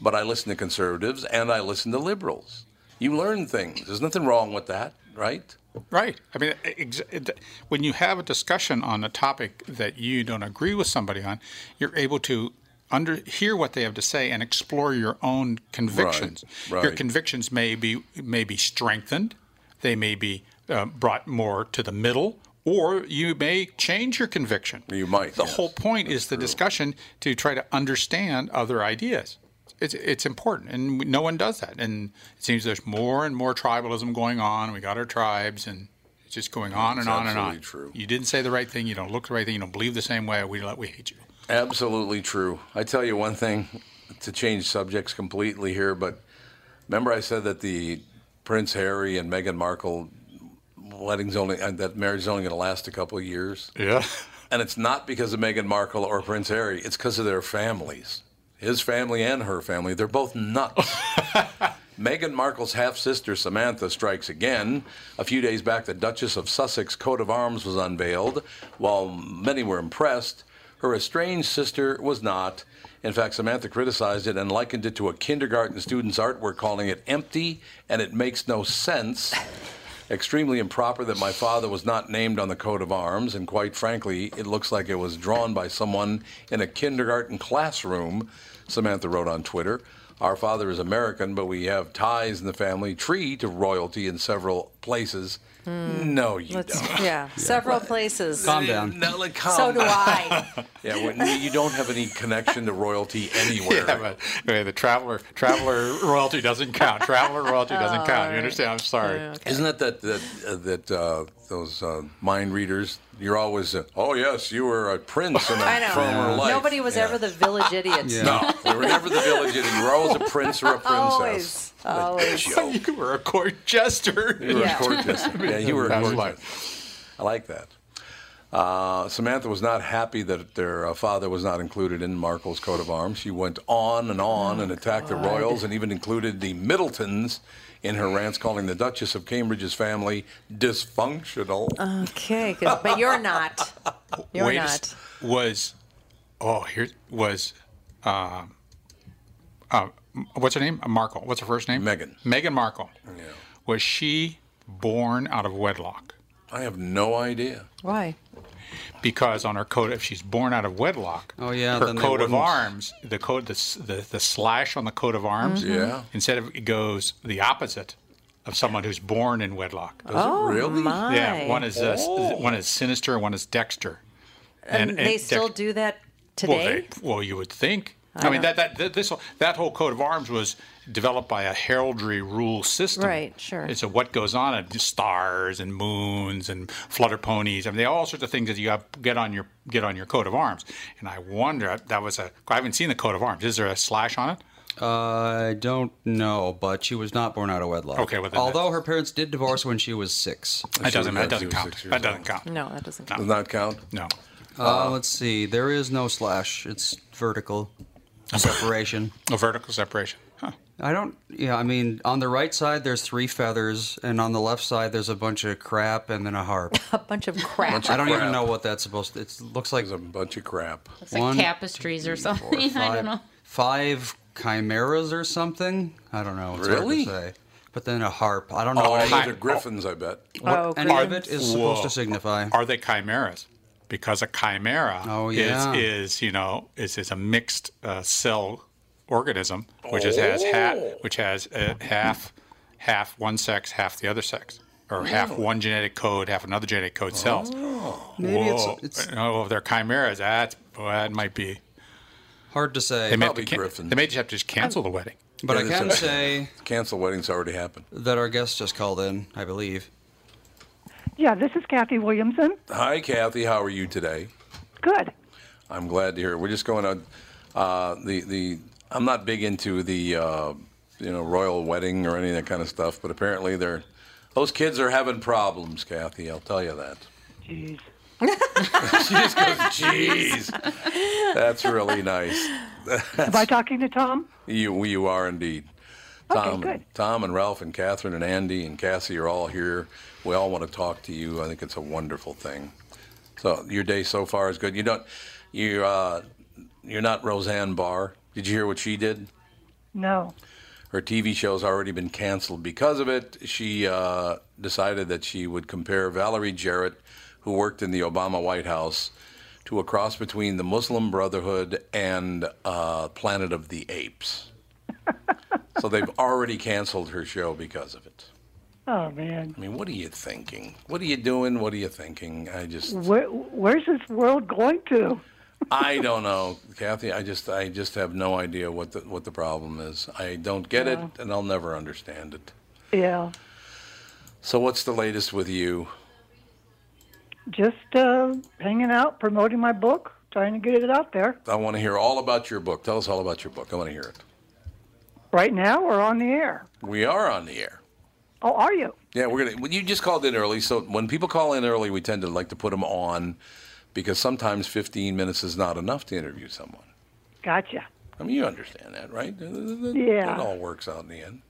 Speaker 1: But I listen to conservatives and I listen to liberals. You learn things. There's nothing wrong with that, right?
Speaker 2: Right. I mean, ex- it- when you have a discussion on a topic that you don't agree with somebody on, you're able to under hear what they have to say and explore your own convictions. Your
Speaker 1: right.
Speaker 2: convictions may be may be strengthened. They may be uh, brought more to the middle, or you may change your conviction.
Speaker 1: You might,
Speaker 2: The
Speaker 1: yes.
Speaker 2: whole point is the discussion to try to understand other ideas. It's, it's important, and no one does that. And it seems there's more and more tribalism going on. We got our tribes, and it's just going on and on and on.
Speaker 1: absolutely true.
Speaker 2: You didn't say the right thing. You don't look the right thing. You don't believe the same way. We we hate you.
Speaker 1: Absolutely true. I tell you one thing to change subjects completely here, but remember I said that the Prince Harry and Meghan Markle wedding's only uh, that marriage is only going to last a couple of years,
Speaker 2: Yeah.
Speaker 1: and it's not because of Meghan Markle or Prince Harry. It's because of their families, his family and her family. They're both nuts. Meghan Markle's half sister Samantha strikes again. A few days back, the Duchess of Sussex coat of arms was unveiled. While many were impressed, her estranged sister was not. In fact, Samantha criticized it and likened it to a kindergarten student's artwork, calling it empty and it makes no sense. Extremely improper that my father was not named on the coat of arms, and quite frankly, it looks like it was drawn by someone in a kindergarten classroom, Samantha wrote on Twitter. Our father is American, but we have ties in the family tree to royalty in several places.
Speaker 3: Hmm.
Speaker 1: No, you
Speaker 3: Let's,
Speaker 1: don't.
Speaker 3: yeah, several places.
Speaker 4: Calm down.
Speaker 1: No, like, calm
Speaker 3: So do
Speaker 1: down.
Speaker 3: I.
Speaker 1: Yeah, when you don't have any connection to royalty
Speaker 3: [LAUGHS]
Speaker 2: [LAUGHS]
Speaker 1: anywhere.
Speaker 2: Yeah, but anyway, the traveler [LAUGHS] traveler royalty doesn't count. Traveler royalty doesn't count. You understand? I'm sorry.
Speaker 1: Isn't that that that, uh, that uh, those uh, mind readers? You're always, uh, oh yes, you were a prince in a
Speaker 3: [LAUGHS] I know.
Speaker 1: former life.
Speaker 3: Nobody was
Speaker 1: Yeah.
Speaker 3: ever the village idiot.
Speaker 1: No, we were never the village idiot. You were
Speaker 4: [LAUGHS]
Speaker 1: always a prince or a princess.
Speaker 3: Always. Always.
Speaker 2: [LAUGHS]
Speaker 1: Joke.
Speaker 2: You were a court jester.
Speaker 1: You were a
Speaker 3: Yeah.
Speaker 1: court
Speaker 4: [LAUGHS]
Speaker 1: jester. Yeah, you were a
Speaker 2: That's
Speaker 1: court
Speaker 2: like-
Speaker 1: jester. I like that. Uh, Samantha was not happy that their uh, father was not included in Markle's coat of arms. She went on and
Speaker 4: Oh,
Speaker 1: on and attacked the royals and even included the Middletons in her rants, calling the Duchess of Cambridge's family dysfunctional.
Speaker 3: Okay, 'cause- but you're not. You're
Speaker 2: Wait a
Speaker 3: not.
Speaker 2: s- was oh here was um, uh, what's her name? Markle. What's her first name?
Speaker 1: Meghan.
Speaker 2: Meghan Markle.
Speaker 1: Yeah.
Speaker 2: Was she born out of wedlock?
Speaker 1: I have no idea.
Speaker 3: Why?
Speaker 2: Because on her coat, if she's born out of wedlock,
Speaker 4: Oh, yeah,
Speaker 2: her
Speaker 4: then they
Speaker 2: coat of
Speaker 4: wouldn't.
Speaker 2: arms, the coat, the, s- the the slash on the coat of arms,
Speaker 1: Mm-hmm. Yeah.
Speaker 2: instead of it goes the opposite of someone who's born in wedlock.
Speaker 3: Oh,
Speaker 1: really? Oh.
Speaker 3: my.
Speaker 2: Yeah, one is uh, s- one is sinister, and one is Dexter.
Speaker 3: And they
Speaker 2: Dex-
Speaker 3: still do that
Speaker 2: Well,
Speaker 3: today?
Speaker 2: they, well, you would think. I, mean, that, that that this whole- that whole coat of arms was developed by a heraldry rule system,
Speaker 3: Right, sure.
Speaker 2: And so what goes on? And stars and moons and flutter ponies. I mean, they all sorts of things that you have, get on your get on your coat of arms. And I wonder that was a. I haven't seen the coat of arms. Is there a slash on it?
Speaker 4: Uh, I don't know, but she was not born out of wedlock.
Speaker 2: Okay, well, then
Speaker 4: although
Speaker 2: that's-
Speaker 4: her parents did divorce when she was six.
Speaker 2: That doesn't.
Speaker 1: was-
Speaker 2: That doesn't
Speaker 1: she was
Speaker 2: count.
Speaker 1: six years
Speaker 2: That doesn't count.
Speaker 3: No, that doesn't.
Speaker 1: Does not count.
Speaker 2: No.
Speaker 4: Uh, let's see. There is no slash. It's vertical separation.
Speaker 2: No vertical separation. Huh.
Speaker 4: I don't. Yeah, I mean, on the right side there's three feathers, and on the left side there's a bunch of crap and then a harp.
Speaker 3: A bunch of crap.
Speaker 1: Bunch of
Speaker 4: I don't
Speaker 1: crap.
Speaker 4: even know what that's supposed. to... It looks like
Speaker 1: It's a bunch of crap.
Speaker 5: It's like
Speaker 4: One,
Speaker 5: tapestries or something. [LAUGHS]
Speaker 4: four,
Speaker 5: I
Speaker 4: five-
Speaker 5: don't know.
Speaker 4: Five chimeras or something. I don't know. It's hard to
Speaker 1: Really?
Speaker 4: say. But then a harp. I don't know
Speaker 1: Oh,
Speaker 4: what
Speaker 1: these
Speaker 4: any,
Speaker 1: are griffins, I bet.
Speaker 3: oh,
Speaker 4: any of
Speaker 3: good.
Speaker 4: it is supposed
Speaker 2: Whoa.
Speaker 4: to signify.
Speaker 2: Are they chimeras? Because a chimera
Speaker 4: Oh, yeah.
Speaker 2: is, is you know is, is a mixed uh, cell organism, which is, has half which has uh, half half one sex, half the other sex, or half one genetic code, half another genetic code cells.
Speaker 4: Oh. Maybe it's-
Speaker 2: Whoa.
Speaker 4: it's-
Speaker 2: oh, if they're chimeras, that's well, that might be.
Speaker 4: Hard to say.
Speaker 2: They may, have
Speaker 1: Probably
Speaker 2: to can-
Speaker 1: griffins.
Speaker 2: they may just have to just cancel the wedding. Uh,
Speaker 4: But I
Speaker 1: Yeah,
Speaker 4: can
Speaker 1: that's a-
Speaker 4: say
Speaker 1: [LAUGHS] Cancel weddings already happened.
Speaker 4: that our guest just called in, I believe.
Speaker 6: Yeah, this is Kathy Williamson.
Speaker 1: Hi, Kathy. How are you today?
Speaker 6: Good.
Speaker 1: I'm glad to hear. it. We're just going to uh, the the. I'm not big into the uh, you know royal wedding or any of that kind of stuff, but apparently they're those kids are having problems, Kathy. I'll tell you that.
Speaker 6: Jeez.
Speaker 1: [LAUGHS] She just goes, "Jeez, that's really nice."
Speaker 6: Am I talking to Tom?
Speaker 1: You you are indeed. Tom,
Speaker 6: good.
Speaker 1: Tom and Ralph and Catherine and Andy and Cassie are all here. We all want to talk to you. I think it's a wonderful thing. So your day so far is good. You don't you uh, you're not Roseanne Barr. Did you hear what she did?
Speaker 6: No.
Speaker 1: Her TV show's already been canceled because of it. She uh, decided that she would compare Valerie Jarrett, who worked in the Obama White House, to a cross between the Muslim Brotherhood and uh, Planet of the Apes. so they've already canceled her show because of it.
Speaker 6: Oh man.
Speaker 1: I mean, what are you thinking? What are you doing? What are you thinking? I just,
Speaker 6: Where, where's this world going to?
Speaker 1: I don't know, Kathy. I just, I just have no idea what the what the problem is. I don't get it, and I'll never understand it.
Speaker 6: Yeah.
Speaker 1: So what's the latest with you?
Speaker 6: Just uh, hanging out, promoting my book, trying to get it out there.
Speaker 1: I want to hear all about your book. Tell us all about your book. I want to hear it.
Speaker 6: Right now, we're on the air.
Speaker 1: We are on the air.
Speaker 6: Oh, are you?
Speaker 1: Yeah, we're gonna. well, You just called in early, so when people call in early, we tend to like to put them on because sometimes 15 minutes is not enough to interview someone.
Speaker 6: Gotcha.
Speaker 1: I mean, you understand that, right?
Speaker 6: Yeah.
Speaker 1: It all works out in the end.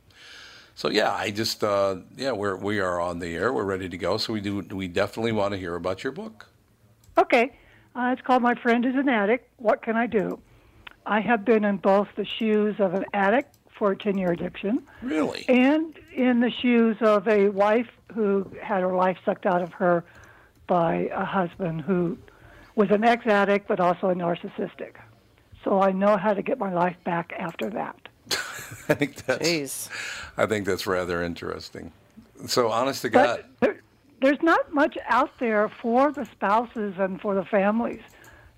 Speaker 1: So yeah, I just uh, yeah we're we are on the air. We're ready to go. So we do we definitely want to hear about your book.
Speaker 6: Okay. Uh, it's called My Friend is an Addict. What Can I Do? I have been in both the shoes of an addict for a 10 year addiction
Speaker 1: Really? [LAUGHS]
Speaker 6: and in the shoes of a wife who had her life sucked out of her by a husband who was an ex addict but also a narcissistic. So I know how to get my life back after that.
Speaker 1: I think that's
Speaker 3: Jeez.
Speaker 1: I think that's rather interesting. So honest to God,
Speaker 6: But there, there's not much out there for the spouses and for the families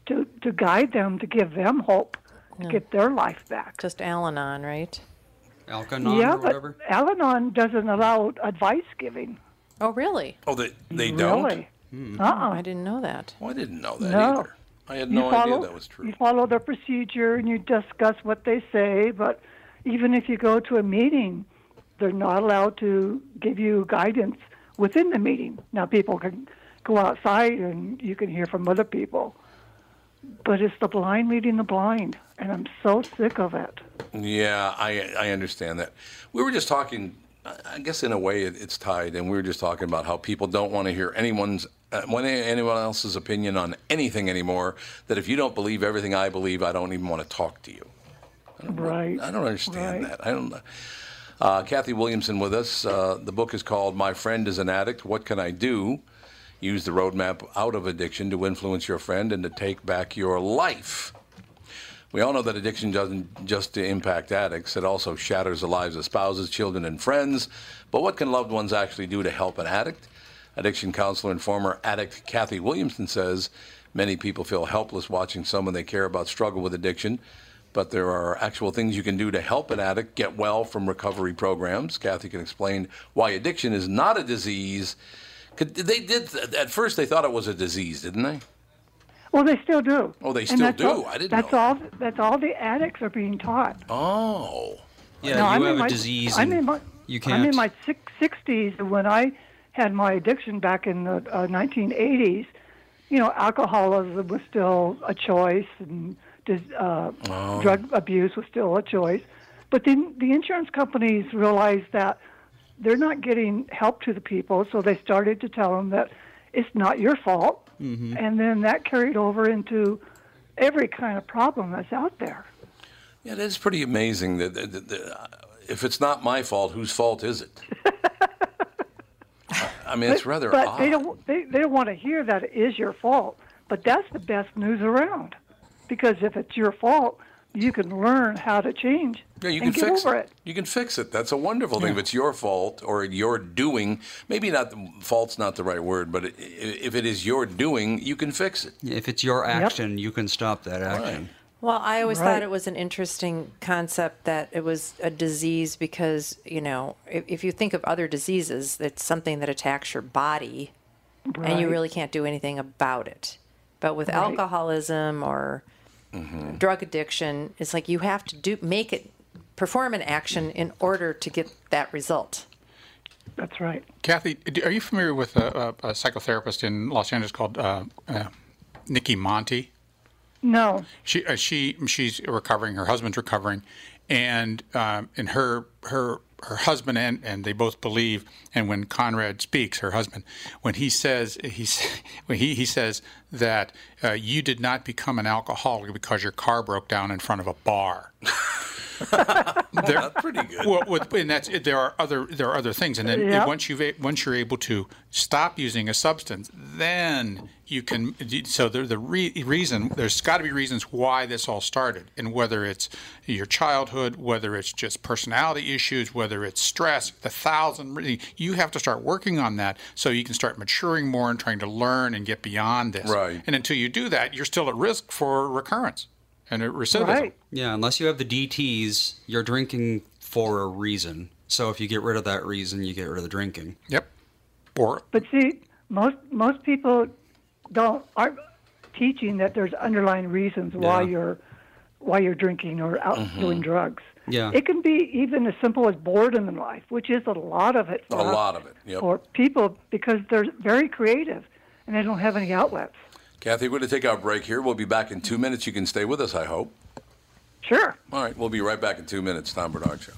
Speaker 6: to, to guide them, to give them hope, to get their life back.
Speaker 3: Just Al Anon, right?
Speaker 4: Alkanon
Speaker 6: yeah,
Speaker 4: or whatever.
Speaker 6: but Al Anon doesn't allow advice giving.
Speaker 3: Oh, really?
Speaker 1: oh they they don't.
Speaker 6: Really? Uh-uh.
Speaker 3: I didn't know that.
Speaker 1: Well, I didn't know that
Speaker 6: No.
Speaker 1: either. I had
Speaker 6: You
Speaker 1: no
Speaker 6: follow-
Speaker 1: idea that was true.
Speaker 6: You follow their procedure and you discuss what they say, but even if you go to a meeting, they're not allowed to give you guidance within the meeting. Now, people can go outside and you can hear from other people, but it's the blind leading the blind, and I'm so sick of it.
Speaker 1: Yeah, I I understand that. We were just talking. I- I guess in a way it, it's tied, and we were just talking about how people don't want to hear anyone's uh, when anyone else's opinion on anything anymore. That if you don't believe everything I believe, I don't even want to talk to you.
Speaker 6: Right.
Speaker 1: I don't understand
Speaker 6: Right.
Speaker 1: that. I don't. know. Uh, Kathy Williamson with us. Uh, the book is called "My Friend Is an Addict. What Can I Do?" Use the roadmap out of addiction to influence your friend and to take back your life. We all know that addiction doesn't just impact addicts, it also shatters the lives of spouses, children, and friends. But what can loved ones actually do to help an addict? Addiction counselor and former addict Kathy Williamson says many people feel helpless watching someone they care about struggle with addiction, but there are actual things you can do to help an addict get well from recovery programs. Kathy can explain why addiction is not a disease. Could, they did at first they thought it was a disease, didn't they?
Speaker 6: Well, they still do.
Speaker 1: Oh, they
Speaker 6: And
Speaker 1: still
Speaker 6: that's
Speaker 1: do.
Speaker 6: all-
Speaker 1: I didn't
Speaker 6: That's
Speaker 1: know.
Speaker 6: all. That's all the addicts are being taught.
Speaker 1: Oh.
Speaker 4: Yeah,
Speaker 6: No,
Speaker 4: you
Speaker 6: I'm
Speaker 4: have
Speaker 6: in
Speaker 4: a
Speaker 6: my,
Speaker 4: disease.
Speaker 6: I'm
Speaker 4: and
Speaker 6: in my,
Speaker 4: you
Speaker 6: I'm
Speaker 4: can't.
Speaker 6: in my six- 60s, and when I had my addiction back in the uh, 1980s, you know, alcoholism was still a choice, and dis, uh,
Speaker 1: Oh.
Speaker 6: drug abuse was still a choice. But then the insurance companies realized that they're not getting help to the people, so they started to tell them that it's not your fault,
Speaker 1: Mm-hmm.
Speaker 4: Mm-hmm.
Speaker 6: and then that carried over into every kind of problem that's out there.
Speaker 1: Yeah, it is pretty amazing that, that, that- that, uh, if it's not my fault, whose fault is
Speaker 6: [LAUGHS]
Speaker 1: it? I- I mean, it's rather
Speaker 6: but
Speaker 1: odd.
Speaker 6: they don't they, they don't want to hear that it is your fault but that's the best news around because if it's your fault you can learn how to change
Speaker 1: yeah, you
Speaker 6: and
Speaker 1: can
Speaker 6: get
Speaker 1: fix
Speaker 6: over
Speaker 1: it.
Speaker 6: it.
Speaker 1: You can fix it. That's a wonderful thing. If it's your fault or your doing, maybe not the, fault's not the right word, but i- i- if it is your doing, you can fix it.
Speaker 4: if it's your action, you can stop that action.
Speaker 3: Well, I always
Speaker 6: Right.
Speaker 3: thought it was an interesting concept that it was a disease because, you know, if, if you think of other diseases, it's something that attacks your body and you
Speaker 6: Right.
Speaker 3: really can't do anything about it. But with
Speaker 6: Right.
Speaker 3: alcoholism or
Speaker 1: Mm-hmm.
Speaker 3: drug addiction, it's like you have to do make it perform an action in order to get that result.
Speaker 6: That's right.
Speaker 2: Kathy, d- are you familiar with a, a, a psychotherapist in Los Angeles called uh, uh, Nikki Monty?
Speaker 6: No.
Speaker 2: She uh, she she's recovering. Her husband's recovering, and um, and her her her husband and and they both believe. And when Conrad speaks, her husband, when he says he's [LAUGHS] when he he says that uh, you did not become an alcoholic because your car broke down in front of a bar. There-
Speaker 1: [LAUGHS] That's pretty good.
Speaker 2: well, with, and that's it. There are other there are other things, and then
Speaker 6: Yep.
Speaker 2: once you have once you're able to stop using a substance, then you can. So the the re- reason there's got to be reasons why this all started, and whether it's your childhood, whether it's just personality issues, whether it's stress, the thousand. re- You have to start working on that so you can start maturing more and trying to learn and get beyond this.
Speaker 1: Right.
Speaker 2: And until you do that, you're still at risk for recurrence and uh, recidivism.
Speaker 6: Right.
Speaker 4: Yeah, unless you have the DTs, you're drinking for a reason. So if you get rid of that reason, you get rid of the drinking.
Speaker 2: Yep. Or
Speaker 6: But see, most most people don't aren't teaching that there's underlying reasons why
Speaker 4: Yeah.
Speaker 6: you're why you're drinking or out
Speaker 1: Mm-hmm.
Speaker 6: doing drugs.
Speaker 4: Yeah.
Speaker 6: It can be even as simple as boredom in life, which is a lot of it.
Speaker 1: A
Speaker 6: for-
Speaker 1: lot of it, yep.
Speaker 6: For people because they're very creative and they don't have any outlets.
Speaker 1: Kathy, we're going to take our break here. We'll be back in two minutes. You can stay with us, I hope.
Speaker 6: Sure.
Speaker 1: All right, we'll be right back in two minutes. Tom Bernard Show.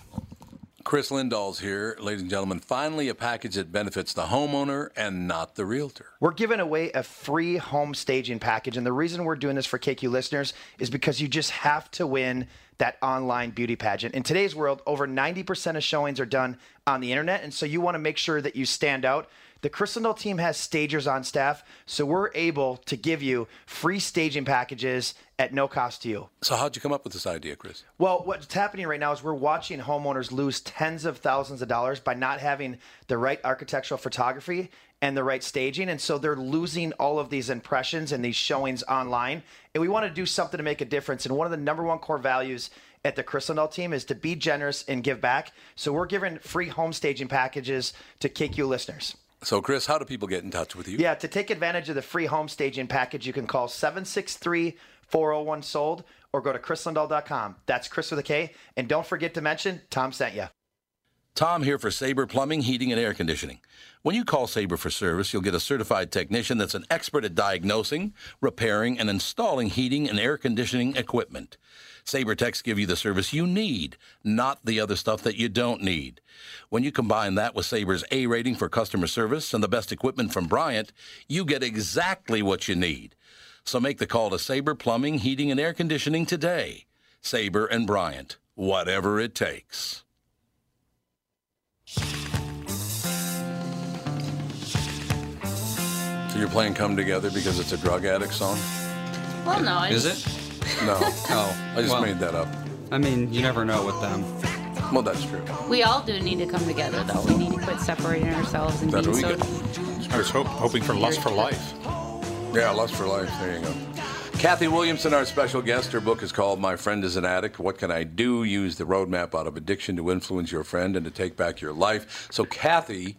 Speaker 1: Chris Lindahl's here, ladies and gentlemen. Finally, a package that benefits the homeowner and not the realtor.
Speaker 7: We're giving away a free home staging package. And the reason we're doing this for KQ listeners is because you just have to win that online beauty pageant. In today's world, over 90% of showings are done on the internet. And so you want to make sure that you stand out. The Crystal team has stagers on staff. So we're able to give you free staging packages at no cost to you.
Speaker 1: So, how'd you come up with this idea, Chris?
Speaker 7: Well, what's happening right now is we're watching homeowners lose tens of thousands of dollars by not having the right architectural photography and the right staging. And so they're losing all of these impressions and these showings online. And we want to do something to make a difference. And one of the number one core values at the Crystal team is to be generous and give back. So we're giving free home staging packages to KQ listeners.
Speaker 1: So, Chris, how do people get in touch with you?
Speaker 7: Yeah, to take advantage of the free home staging package, you can call 763 401 sold or go to chrislindahl.com. That's Chris with a K. And don't forget to mention Tom sent you.
Speaker 1: Tom here for Sabre Plumbing, Heating, and Air Conditioning. When you call Sabre for service, you'll get a certified technician that's an expert at diagnosing, repairing, and installing heating and air conditioning equipment. Sabre Techs give you the service you need, not the other stuff that you don't need. When you combine that with Sabre's A rating for customer service and the best equipment from Bryant, you get exactly what you need. So make the call to Sabre Plumbing, Heating, and Air Conditioning today. Sabre and Bryant, whatever it takes. So you're playing Come Together because it's a drug addict song?
Speaker 5: Well, no, I
Speaker 4: Is
Speaker 5: just-
Speaker 4: it?
Speaker 1: No.
Speaker 4: [LAUGHS] Oh,
Speaker 1: I just
Speaker 4: well,
Speaker 1: made that up.
Speaker 4: I mean, you never know with them.
Speaker 1: Well, that's true.
Speaker 5: We all do need to come together, though. We need to quit separating ourselves and
Speaker 1: That's
Speaker 5: being
Speaker 1: what we
Speaker 5: so.
Speaker 2: I was hope, hoping for lust for life.
Speaker 1: Yeah, Lust for Life. There you go. Kathy Williamson, our special guest. Her book is called My Friend is an Addict. What Can I Do? Use the roadmap out of addiction to influence your friend and to take back your life. So, Kathy,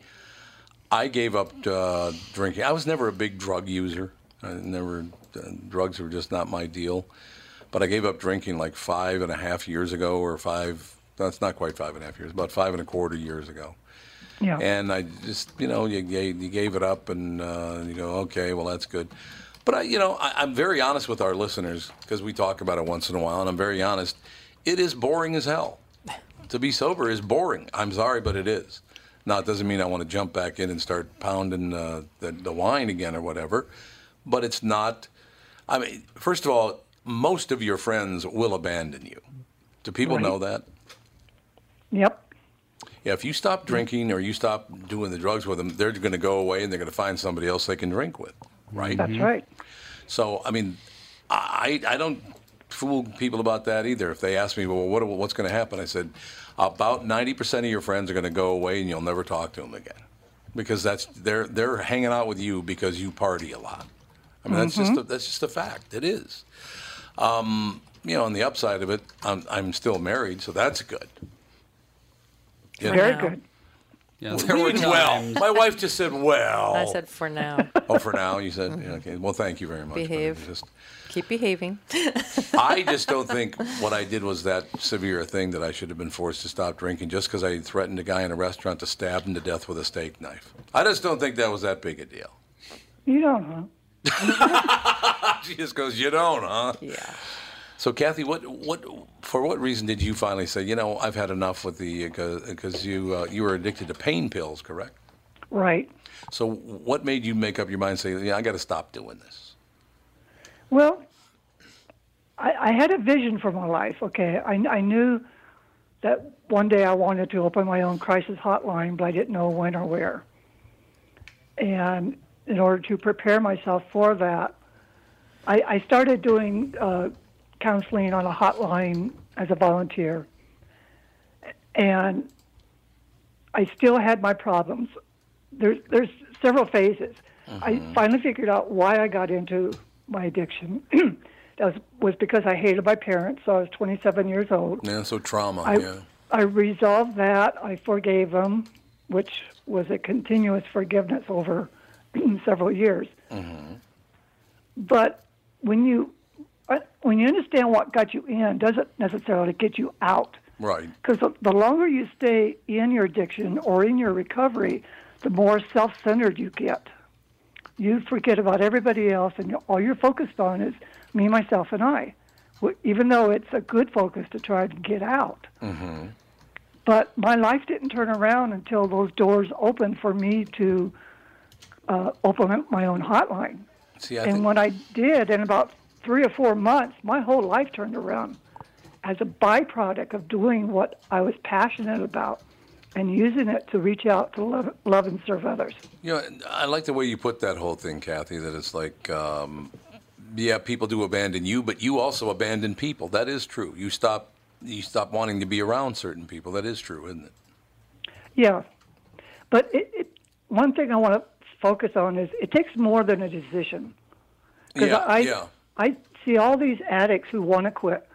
Speaker 1: I gave up uh, drinking. I was never a big drug user. I never, uh, drugs were just not my deal. But I gave up drinking like five and a half years ago, or five, that's not quite five and a half years, about five and a quarter years ago.
Speaker 6: Yeah.
Speaker 1: And I just, you know, you gave, you gave it up and uh, you go, okay, well, that's good. But, I, you know, I, I'm very honest with our listeners because we talk about it once in a while, and I'm very honest. It is boring as hell. to be sober is boring. I'm sorry, but it is. Now, it doesn't mean I want to jump back in and start pounding uh, the, the wine again or whatever, but it's not. I mean, first of all, most of your friends will abandon you. Do people know that?
Speaker 6: Yep.
Speaker 1: Yeah, if you stop drinking or you stop doing the drugs with them, they're going to go away and they're going to find somebody else they can drink with, right?
Speaker 6: That's right.
Speaker 1: So, I mean, I I don't fool people about that either. If they ask me, well, what what's going to happen? I said, about ninety percent of your friends are going to go away and you'll never talk to them again, because that's they're they're hanging out with you because you party a lot. I mean, that's just a, that's just a fact. It is. Um, you know, on the upside of it, I'm I'm still married, so that's good. You know?
Speaker 6: Very good.
Speaker 4: Yeah,
Speaker 1: What
Speaker 4: there
Speaker 1: do you
Speaker 4: were
Speaker 1: mean, well,
Speaker 4: times-
Speaker 1: my wife just said well.
Speaker 3: I said for now,
Speaker 1: [LAUGHS]
Speaker 3: Mm-hmm.
Speaker 1: oh, for now, you said yeah, okay. Well, thank you very much. but
Speaker 3: Behave.
Speaker 1: Just,
Speaker 3: keep behaving.
Speaker 1: I just don't think what I did was that severe a thing that I should have been forced to stop drinking just because I threatened a guy in a restaurant to stab him to death with a steak knife. I just don't think that was that big a deal. [LAUGHS]
Speaker 6: You don't know.
Speaker 1: She just goes, "You don't, huh?"
Speaker 3: Yeah.
Speaker 1: So, Kathy, what, what, for what reason did you finally say, you know, I've had enough with the, because you, uh, you were addicted to pain pills, correct?
Speaker 6: Right.
Speaker 1: So, what made you make up your mind, and say, yeah, I got to stop doing this?
Speaker 6: Well, I, I had a vision for my life. Okay, I, I knew that one day I wanted to open my own crisis hotline, but I didn't know when or where. And in order to prepare myself for that, I, I started doing uh, counseling on a hotline as a volunteer, and I still had my problems. There's there's several phases. I finally figured out why I got into my addiction. [CLEARS THROAT] that was, was because I hated my parents. So I was 27 years old.
Speaker 1: Yeah, so trauma,
Speaker 6: I
Speaker 1: yeah.
Speaker 6: I resolved that. I forgave them, which was a continuous forgiveness over [CLEARS THROAT] several years.
Speaker 1: Mm-hmm.
Speaker 6: But when you uh, when you understand what got you in, doesn't necessarily get you out.
Speaker 1: Right.
Speaker 6: Because the, the longer you stay in your addiction or in your recovery, the more self centered you get. You forget about everybody else, and all you're focused on is me, myself, and I, wh- even though it's a good focus to try to get out.
Speaker 1: Mm-hmm.
Speaker 6: But my life didn't turn around until those doors opened for me to uh, open up my own hotline.
Speaker 1: See, I
Speaker 6: And
Speaker 1: think,
Speaker 6: when I did, in about three or four months, my whole life turned around as a byproduct of doing what I was passionate about and using it to reach out to love, love and serve others.
Speaker 1: you know, I like the way you put that whole thing, Kathy, that it's like, um, yeah, people do abandon you, but you also abandon people. That is true. You stop, you stop wanting to be around certain people. That is true, isn't it?
Speaker 6: Yeah. But it, it, one thing I want to focus on is it takes more than a decision. 'Cause
Speaker 1: Yeah,
Speaker 6: I,
Speaker 1: yeah.
Speaker 6: I see all these addicts who want to quit,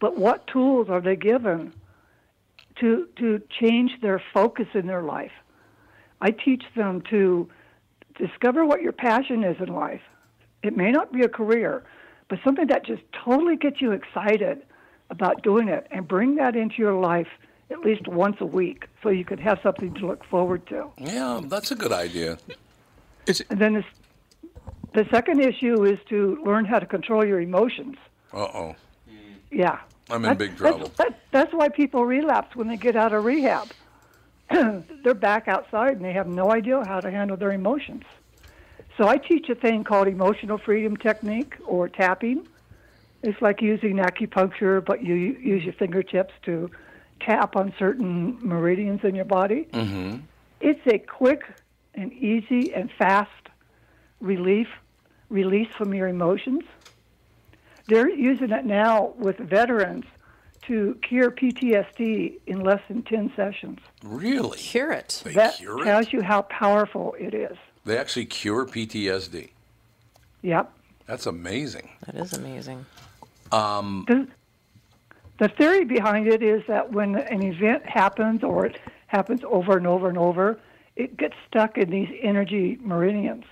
Speaker 6: but what tools are they given to to change their focus in their life? I teach them to discover what your passion is in life. It may not be a career, but something that just totally gets you excited about doing it and bring that into your life at least once a week so you can have something to look forward to.
Speaker 1: Yeah, that's a good idea.
Speaker 6: And then this, the second issue is to learn how to control your emotions.
Speaker 1: Uh oh.
Speaker 6: Yeah.
Speaker 1: I'm in
Speaker 6: That's- that's-
Speaker 1: big trouble.
Speaker 6: that- that's why people relapse when they get out of rehab. [CLEARS THROAT] They're back outside and they have no idea how to handle their emotions. So I teach a thing called emotional freedom technique or tapping. It's like using acupuncture, but you u- use your fingertips to tap on certain meridians in your body. Mm-hmm. It's a quick and easy and fast relief release from your emotions they're using it now with veterans to cure PTSD in less than 10 sessions.
Speaker 1: Really?
Speaker 3: Cure it.
Speaker 1: They
Speaker 6: That
Speaker 1: cure it?
Speaker 6: tells you how powerful it is.
Speaker 1: They actually cure PTSD.
Speaker 6: Yep.
Speaker 1: That's amazing. Um,
Speaker 3: That is amazing.
Speaker 6: The, the theory behind it is that when an event happens or it happens over and over and over, it gets stuck in these energy meridians.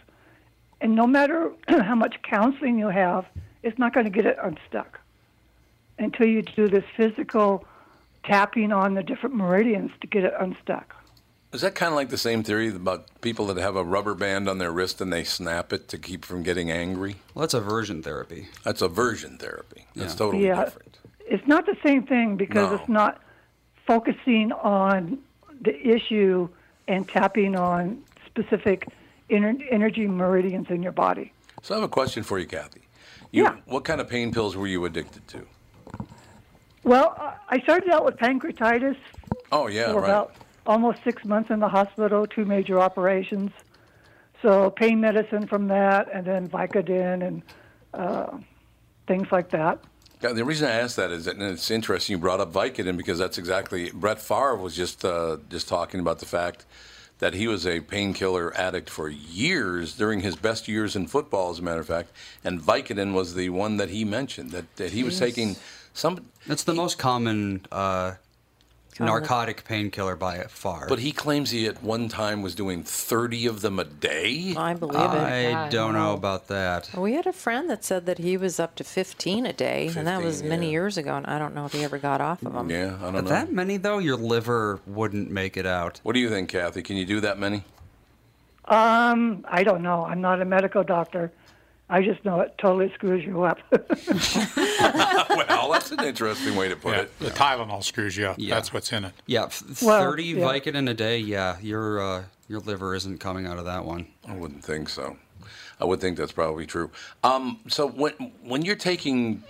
Speaker 6: And no matter [CLEARS THROAT] how much counseling you have, it's not going to get it unstuck until you do this physical tapping on the different meridians to get it unstuck.
Speaker 1: Is that kind of like the same theory about people that have a rubber band on their wrist and they snap it to keep from getting angry?
Speaker 4: Well, that's aversion therapy.
Speaker 1: That's aversion therapy. That's
Speaker 4: Yeah.
Speaker 1: totally
Speaker 6: Yeah.
Speaker 1: different.
Speaker 6: it's not the same thing because
Speaker 1: No.
Speaker 6: it's not focusing on the issue and tapping on specific ener- energy meridians in your body.
Speaker 1: So I have a question for you, Kathy. You,
Speaker 6: Yeah.
Speaker 1: What kind of pain pills were you addicted to?
Speaker 6: Well, I- I started out with pancreatitis
Speaker 1: Oh yeah,
Speaker 6: for
Speaker 1: right.
Speaker 6: about almost six months in the hospital, two major operations. So pain medicine from that, and then Vicodin and uh, things like that.
Speaker 1: Yeah, the reason I asked that is that and it's interesting you brought up Vicodin because that's exactly Brett Favre was just uh, just talking about the fact that he was a painkiller addict for years during his best years in football, as a matter of fact, and Vicodin was the one that he mentioned that, that he was taking some
Speaker 4: That's the most common uh, narcotic painkiller by far.
Speaker 1: But he claims he at one time was doing 30 of them a day.
Speaker 3: I believe it.
Speaker 4: I don't know about that.
Speaker 3: We had a friend that said that he was up to 15 a day, and that
Speaker 1: 15,
Speaker 3: was many
Speaker 1: yeah.
Speaker 3: years ago, and I don't know if he ever got off of them.
Speaker 1: Yeah, I don't know.
Speaker 4: That many though, your liver wouldn't make it out.
Speaker 1: What do you think, Kathy? Can you do that many?
Speaker 6: Um, I don't know. I'm not a medical doctor. I just know it totally screws you up.
Speaker 1: [LAUGHS] well, that's an interesting way to put
Speaker 2: Yeah,
Speaker 1: it.
Speaker 2: the Tylenol screws you up. That's what's in it.
Speaker 4: Yeah, f-
Speaker 6: Well,
Speaker 4: thirty
Speaker 6: yeah.
Speaker 4: Vicodin a day. Yeah, your uh, your liver isn't coming out of that one.
Speaker 1: I wouldn't think so. I would think that's probably true. Um, so when when you're taking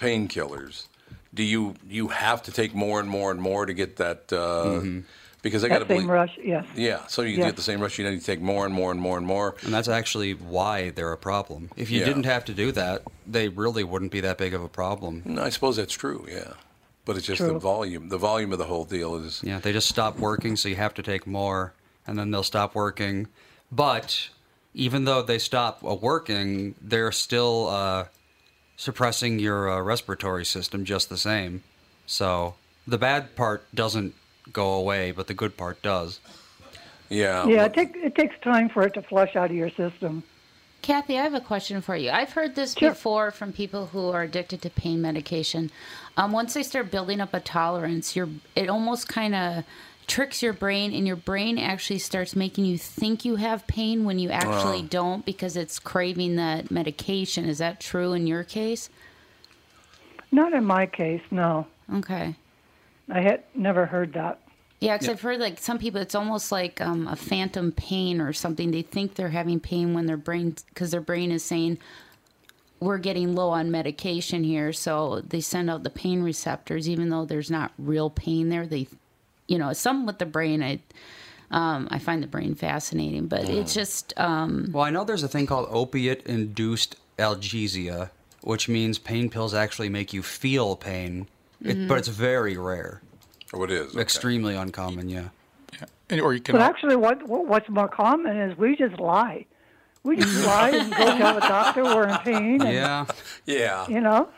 Speaker 1: painkillers, do you you have to take more and more and more to get that? Uh,
Speaker 4: Mm-hmm.
Speaker 1: Because I got to
Speaker 6: that same
Speaker 1: believe.
Speaker 6: rush, yes.
Speaker 1: Yeah, so you
Speaker 6: Yeah.
Speaker 1: get the same rush. You need to take more and more and more and more.
Speaker 4: And that's actually why they're a problem. If you
Speaker 1: Yeah.
Speaker 4: didn't have to do that, they really wouldn't be that big of a problem.
Speaker 1: No, I suppose that's true. Yeah, but it's just the
Speaker 6: True.
Speaker 1: volume. The volume of the whole deal is.
Speaker 4: Yeah, they just stop working, so you have to take more, and then they'll stop working. But even though they stop uh, working, they're still uh, suppressing your uh, respiratory system just the same. So the bad part doesn't go away, but the good part does.
Speaker 1: Yeah.
Speaker 6: Yeah,
Speaker 1: well,
Speaker 6: it, take, it takes time for it to flush out of your system.
Speaker 5: Kathy, I have a question for you. I've heard this
Speaker 6: Sure.
Speaker 5: before from people who are addicted to pain medication. Um, once they start building up a tolerance, your it almost kind of tricks your brain, and your brain actually starts making you think you have pain when you actually don't because it's craving that medication. Is that true in your case?
Speaker 6: Not in my case, no.
Speaker 5: Okay.
Speaker 6: I had never heard that.
Speaker 5: Yeah, because I've heard like some people, it's almost like um, a phantom pain or something. They think they're having pain when their brain, because their brain is saying, "We're getting low on medication here," so they send out the pain receptors, even though there's not real pain there. They, you know, some with the brain. I, um, I find the brain fascinating, but it's just um,
Speaker 4: Well, I know there's a thing called opiate induced analgesia, which means pain pills actually make you feel pain,
Speaker 6: Mm-hmm.
Speaker 4: it, but it's very rare,
Speaker 1: oh, it is okay.
Speaker 4: extremely uncommon. Yeah.
Speaker 2: And, or you can
Speaker 6: But actually, what, what what's more common is we just lie. We just
Speaker 1: [LAUGHS]
Speaker 6: lie and go tell the doctor we're in pain. And,
Speaker 4: Yeah.
Speaker 1: Yeah.
Speaker 6: You know,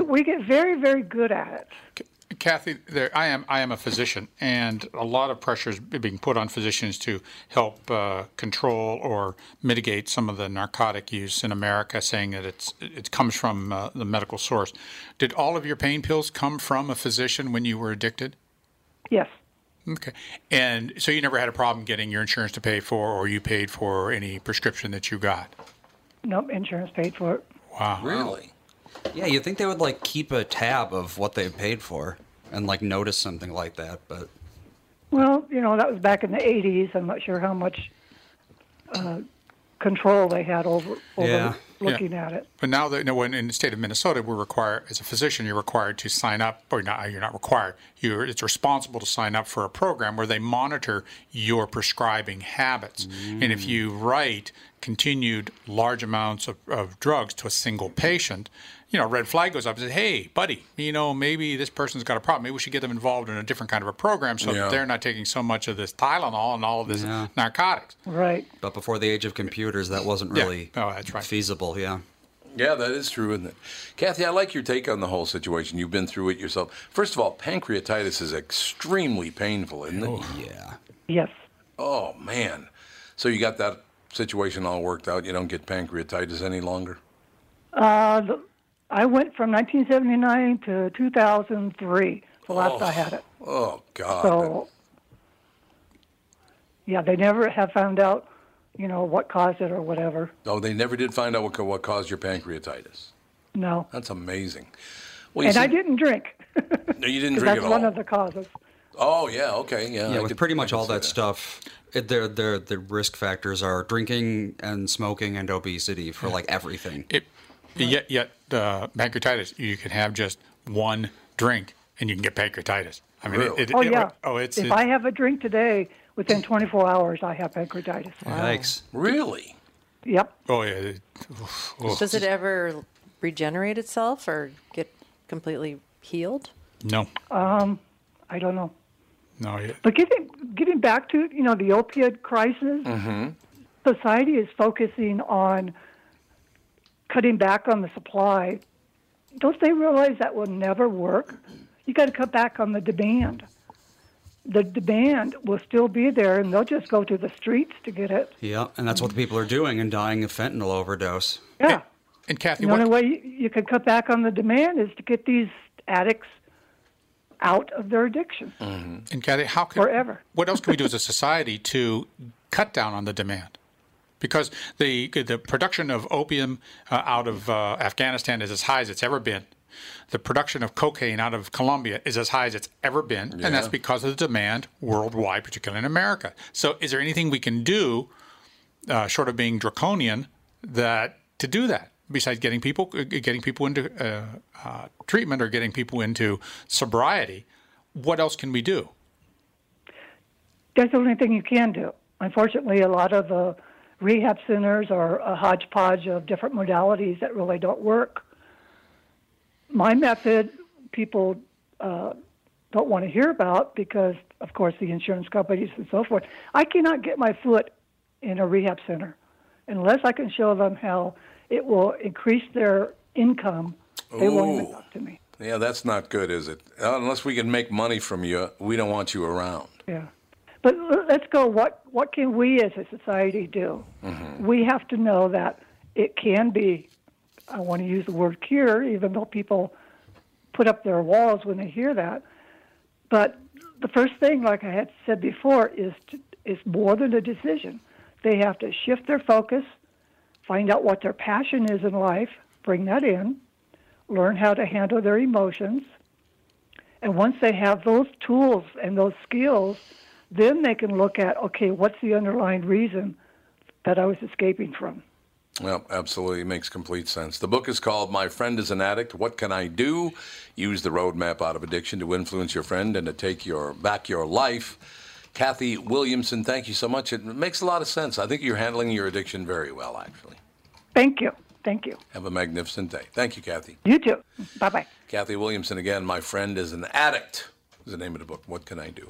Speaker 6: we, we get very, very good at it.
Speaker 2: Kathy, there, I am. I am a physician, and a lot of pressure is being put on physicians to help uh, control or mitigate some of the narcotic use in America, saying that it's it comes from uh, the medical source. Did all of your pain pills come from a physician when you were addicted?
Speaker 6: Yes.
Speaker 2: Okay, and so you never had a problem getting your insurance to pay for, or you paid for any prescription that you got.
Speaker 6: Nope, insurance paid for it.
Speaker 2: Wow,
Speaker 1: Really?
Speaker 4: Yeah, you'd think they would like keep a tab of what they paid for and like notice something like that, but
Speaker 6: Well, you know, that was back in the 80s. I'm not sure how much uh, control they had over, over
Speaker 4: Yeah.
Speaker 6: looking at it.
Speaker 2: But now that no one in the state of Minnesota, we're required as a physician, you're required to sign up, or not, you're not required. You're it's responsible to sign up for a program where they monitor your prescribing habits, and if you
Speaker 4: Mm.
Speaker 2: write continued large amounts of, of drugs to a single patient, you know, red flag goes up and says, "Hey, buddy, you know, maybe this person's got a problem. Maybe we should get them involved in a different kind of a program so
Speaker 1: Yeah.
Speaker 2: that they're not taking so much of this Tylenol and all of this
Speaker 4: Yeah.
Speaker 2: narcotics."
Speaker 6: Right.
Speaker 4: but before the age of computers that wasn't
Speaker 2: Yeah.
Speaker 4: really
Speaker 2: Oh, that's right.
Speaker 4: feasible, yeah.
Speaker 1: Yeah, that is true, isn't it? Kathy, I like your take on the whole situation. You've been through it yourself. First of all, pancreatitis is extremely painful, isn't it?
Speaker 4: Oh, Yeah.
Speaker 6: Yes.
Speaker 1: Oh, man. So you got that situation all worked out. You don't get pancreatitis any longer?
Speaker 6: Uh, the, I went from 1979 to 2003, the last I had it.
Speaker 1: Oh, God.
Speaker 6: So, yeah, they never have found out, you know, what caused it or whatever.
Speaker 1: Oh, they never did find out what, ca- what caused your pancreatitis.
Speaker 6: No.
Speaker 1: That's amazing. Well, you
Speaker 6: And I
Speaker 1: said-
Speaker 6: didn't drink.
Speaker 1: No, you didn't
Speaker 6: 'Cause
Speaker 1: drink
Speaker 6: that's
Speaker 1: at
Speaker 6: one
Speaker 1: all.
Speaker 6: of the causes.
Speaker 1: Oh, yeah, okay, yeah.
Speaker 4: Yeah,
Speaker 1: I
Speaker 4: with
Speaker 1: could-
Speaker 4: pretty
Speaker 1: I
Speaker 4: much
Speaker 1: could
Speaker 4: all
Speaker 1: see
Speaker 4: that stuff, it, their their the risk factors are drinking and smoking and obesity for like everything.
Speaker 2: It, Yet, yet uh, pancreatitis, you can have just one drink and you can get pancreatitis. I mean,
Speaker 1: Really?
Speaker 2: it, it,
Speaker 6: Oh,
Speaker 2: it-
Speaker 6: yeah.
Speaker 2: oh, it's.
Speaker 6: if
Speaker 2: it-
Speaker 6: I have a drink today, within 24 hours, I have pancreatitis.
Speaker 4: Yikes.
Speaker 1: Really?
Speaker 6: Yep.
Speaker 2: oh, yeah. it- oof, oof.
Speaker 3: Does it ever regenerate itself or get completely healed?
Speaker 2: No,
Speaker 6: Uh, Um, I don't know.
Speaker 2: no. It,
Speaker 6: But getting getting back to you know the opioid crisis,
Speaker 1: Mm-hmm.
Speaker 6: society is focusing on cutting back on the supply. Don't they realize that will never work? you got to cut back on the demand. The demand will still be there, and they'll just go to the streets to get it.
Speaker 4: Yeah, and that's what the people are doing and dying of fentanyl overdose.
Speaker 6: Yeah.
Speaker 2: And Kathy,
Speaker 6: The only
Speaker 2: what,
Speaker 6: way you, you can cut back on the demand is to get these addicts out of their addiction.
Speaker 2: and Kathy, how can
Speaker 6: Forever.
Speaker 2: What else can we do as a society to cut down on the demand? Because the the production of opium uh, out of uh, Afghanistan is as high as it's ever been. The production of cocaine out of Colombia is as high as it's ever been, and that's because of the demand worldwide, particularly in America. So, is there anything we can do, uh, short of being draconian, that to do that besides getting people getting people into uh, uh, treatment or getting people into sobriety? What else can we do?
Speaker 6: That's the only thing you can do. Unfortunately, a lot of the rehab centers are a hodgepodge of different modalities that really don't work. My method, people uh, don't want to hear about because, of course, the insurance companies and so forth. I cannot get my foot in a rehab center unless I can show them how it will increase their income. They won't even
Speaker 1: Ooh.
Speaker 6: talk to me.
Speaker 1: Yeah, that's not good, is it? Unless we can make money from you, we don't want you around.
Speaker 6: Yeah. But l- let's go. What what can we as a society do?
Speaker 1: Mm-hmm.
Speaker 6: We have to know that it can be. I want to use the word cure, even though people put up their walls when they hear that. But the first thing, like I had said before, is to, is more than a decision. They have to shift their focus, find out what their passion is in life, bring that in, learn how to handle their emotions, and once they have those tools and those skills, then they can look at okay, what's the underlying reason that I was escaping from?
Speaker 1: Well, absolutely. It makes complete sense. The book is called My Friend is an Addict. What Can I Do? Use the roadmap out of addiction to influence your friend and to take your back your life. Kathy Williamson, thank you so much. It makes a lot of sense. I think you're handling your addiction very well, actually.
Speaker 6: Thank you. Thank you.
Speaker 1: Have a magnificent day. Thank you, Kathy.
Speaker 6: You too. Bye bye.
Speaker 1: Kathy Williamson again. My friend is an addict. Is the name of the book. What can I do?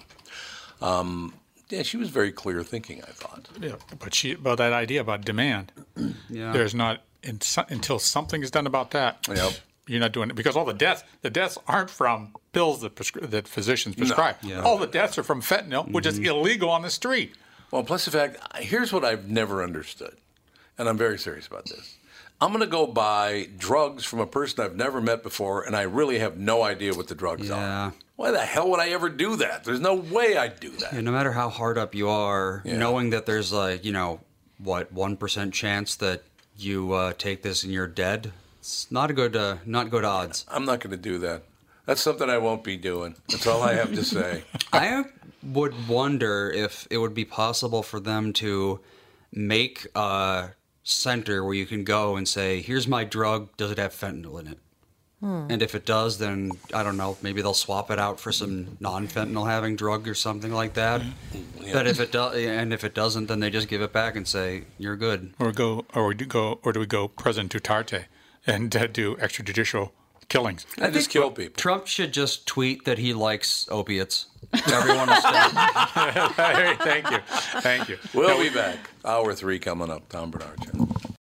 Speaker 1: Um, yeah, she was very clear thinking. I thought.
Speaker 2: Yeah, but she about that idea about demand.
Speaker 4: [CLEARS THROAT] Yeah.
Speaker 2: There's not in, until something is done about that.
Speaker 1: Yep.
Speaker 2: You're not doing it because all the deaths the deaths aren't from pills that prescri- that physicians prescribe.
Speaker 4: Yeah.
Speaker 2: All the deaths are from fentanyl, which is illegal on the street.
Speaker 1: Mm-hmm. Well, plus the fact, here's what I've never understood, and I'm very serious about this. I'm going to go buy drugs from a person I've never met before, and I really have no idea what the drugs
Speaker 4: Yeah.
Speaker 1: are. Why the hell would I ever do that? There's no way I'd do that.
Speaker 4: And no matter how hard up you are, knowing that there's like, you know, what, 1% chance that you uh, take this and you're dead, it's not a good, uh, not good odds.
Speaker 1: I'm not going to do that. That's something I won't be doing. That's all I have to say.
Speaker 4: I would wonder if it would be possible for them to make a center where you can go and say, "Here's my drug. Does it have fentanyl in it?" And if it does, then I don't know. Maybe they'll swap it out for some non-fentanyl having drug or something like that. But if it does, and if it doesn't, then they just give it back and say, "You're good."
Speaker 2: Or go or we do go or do we go President Duterte and uh, do extrajudicial killings?
Speaker 1: I just kill people.
Speaker 4: Trump should just tweet that he likes opiates. Everyone will stop.
Speaker 2: [LAUGHS] Hey, thank you, thank you.
Speaker 1: We'll be back. Hour three coming up. Tom Bernard. Show.